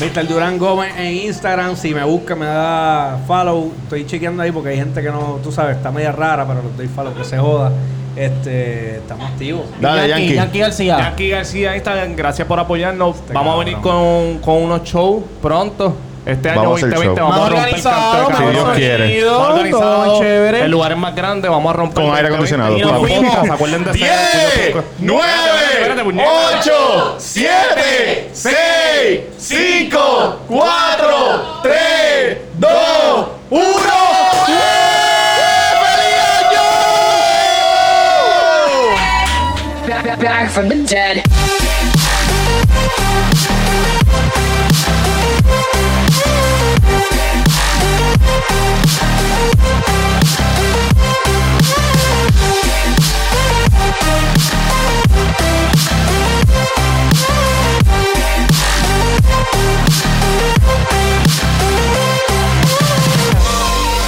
C: Mr. Durán Gómez en Instagram, si me busca me da follow. Estoy chequeando ahí porque hay gente que no, tú sabes, está media rara, pero les doy follow que se joda. Este, estamos activos.
A: Dale,
B: Yankee.
A: Yankee.
B: Yankee García.
D: Jackie García Instagram, gracias por apoyarnos. vamos a
C: cabrón.
D: venir con, con unos shows pronto. Este año
A: Vamos a hacer
D: 2020
A: show.
D: vamos a
B: Más
D: romper el canto de
B: organizado,
A: Si
B: más
D: cabrones.
A: Dios quiere.
B: organizado,
D: Más organizado,
B: todo chévere.
D: El lugar es más grande, vamos a romper.
A: Con
D: el
A: aire acondicionado.
D: 2020.
A: Vamos.
D: Y nos fuimos. ¿Se acuerdan de
A: 10,
D: hacer-
A: 9,
D: Espérate, puñeta.
A: 8, 7, 6, 5, 4, 3, 2, 1. ¡Feliz año!
E: Back, back from the dead.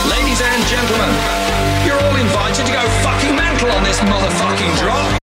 F: Ladies and gentlemen, you're all invited to go fucking mental on this motherfucking drop.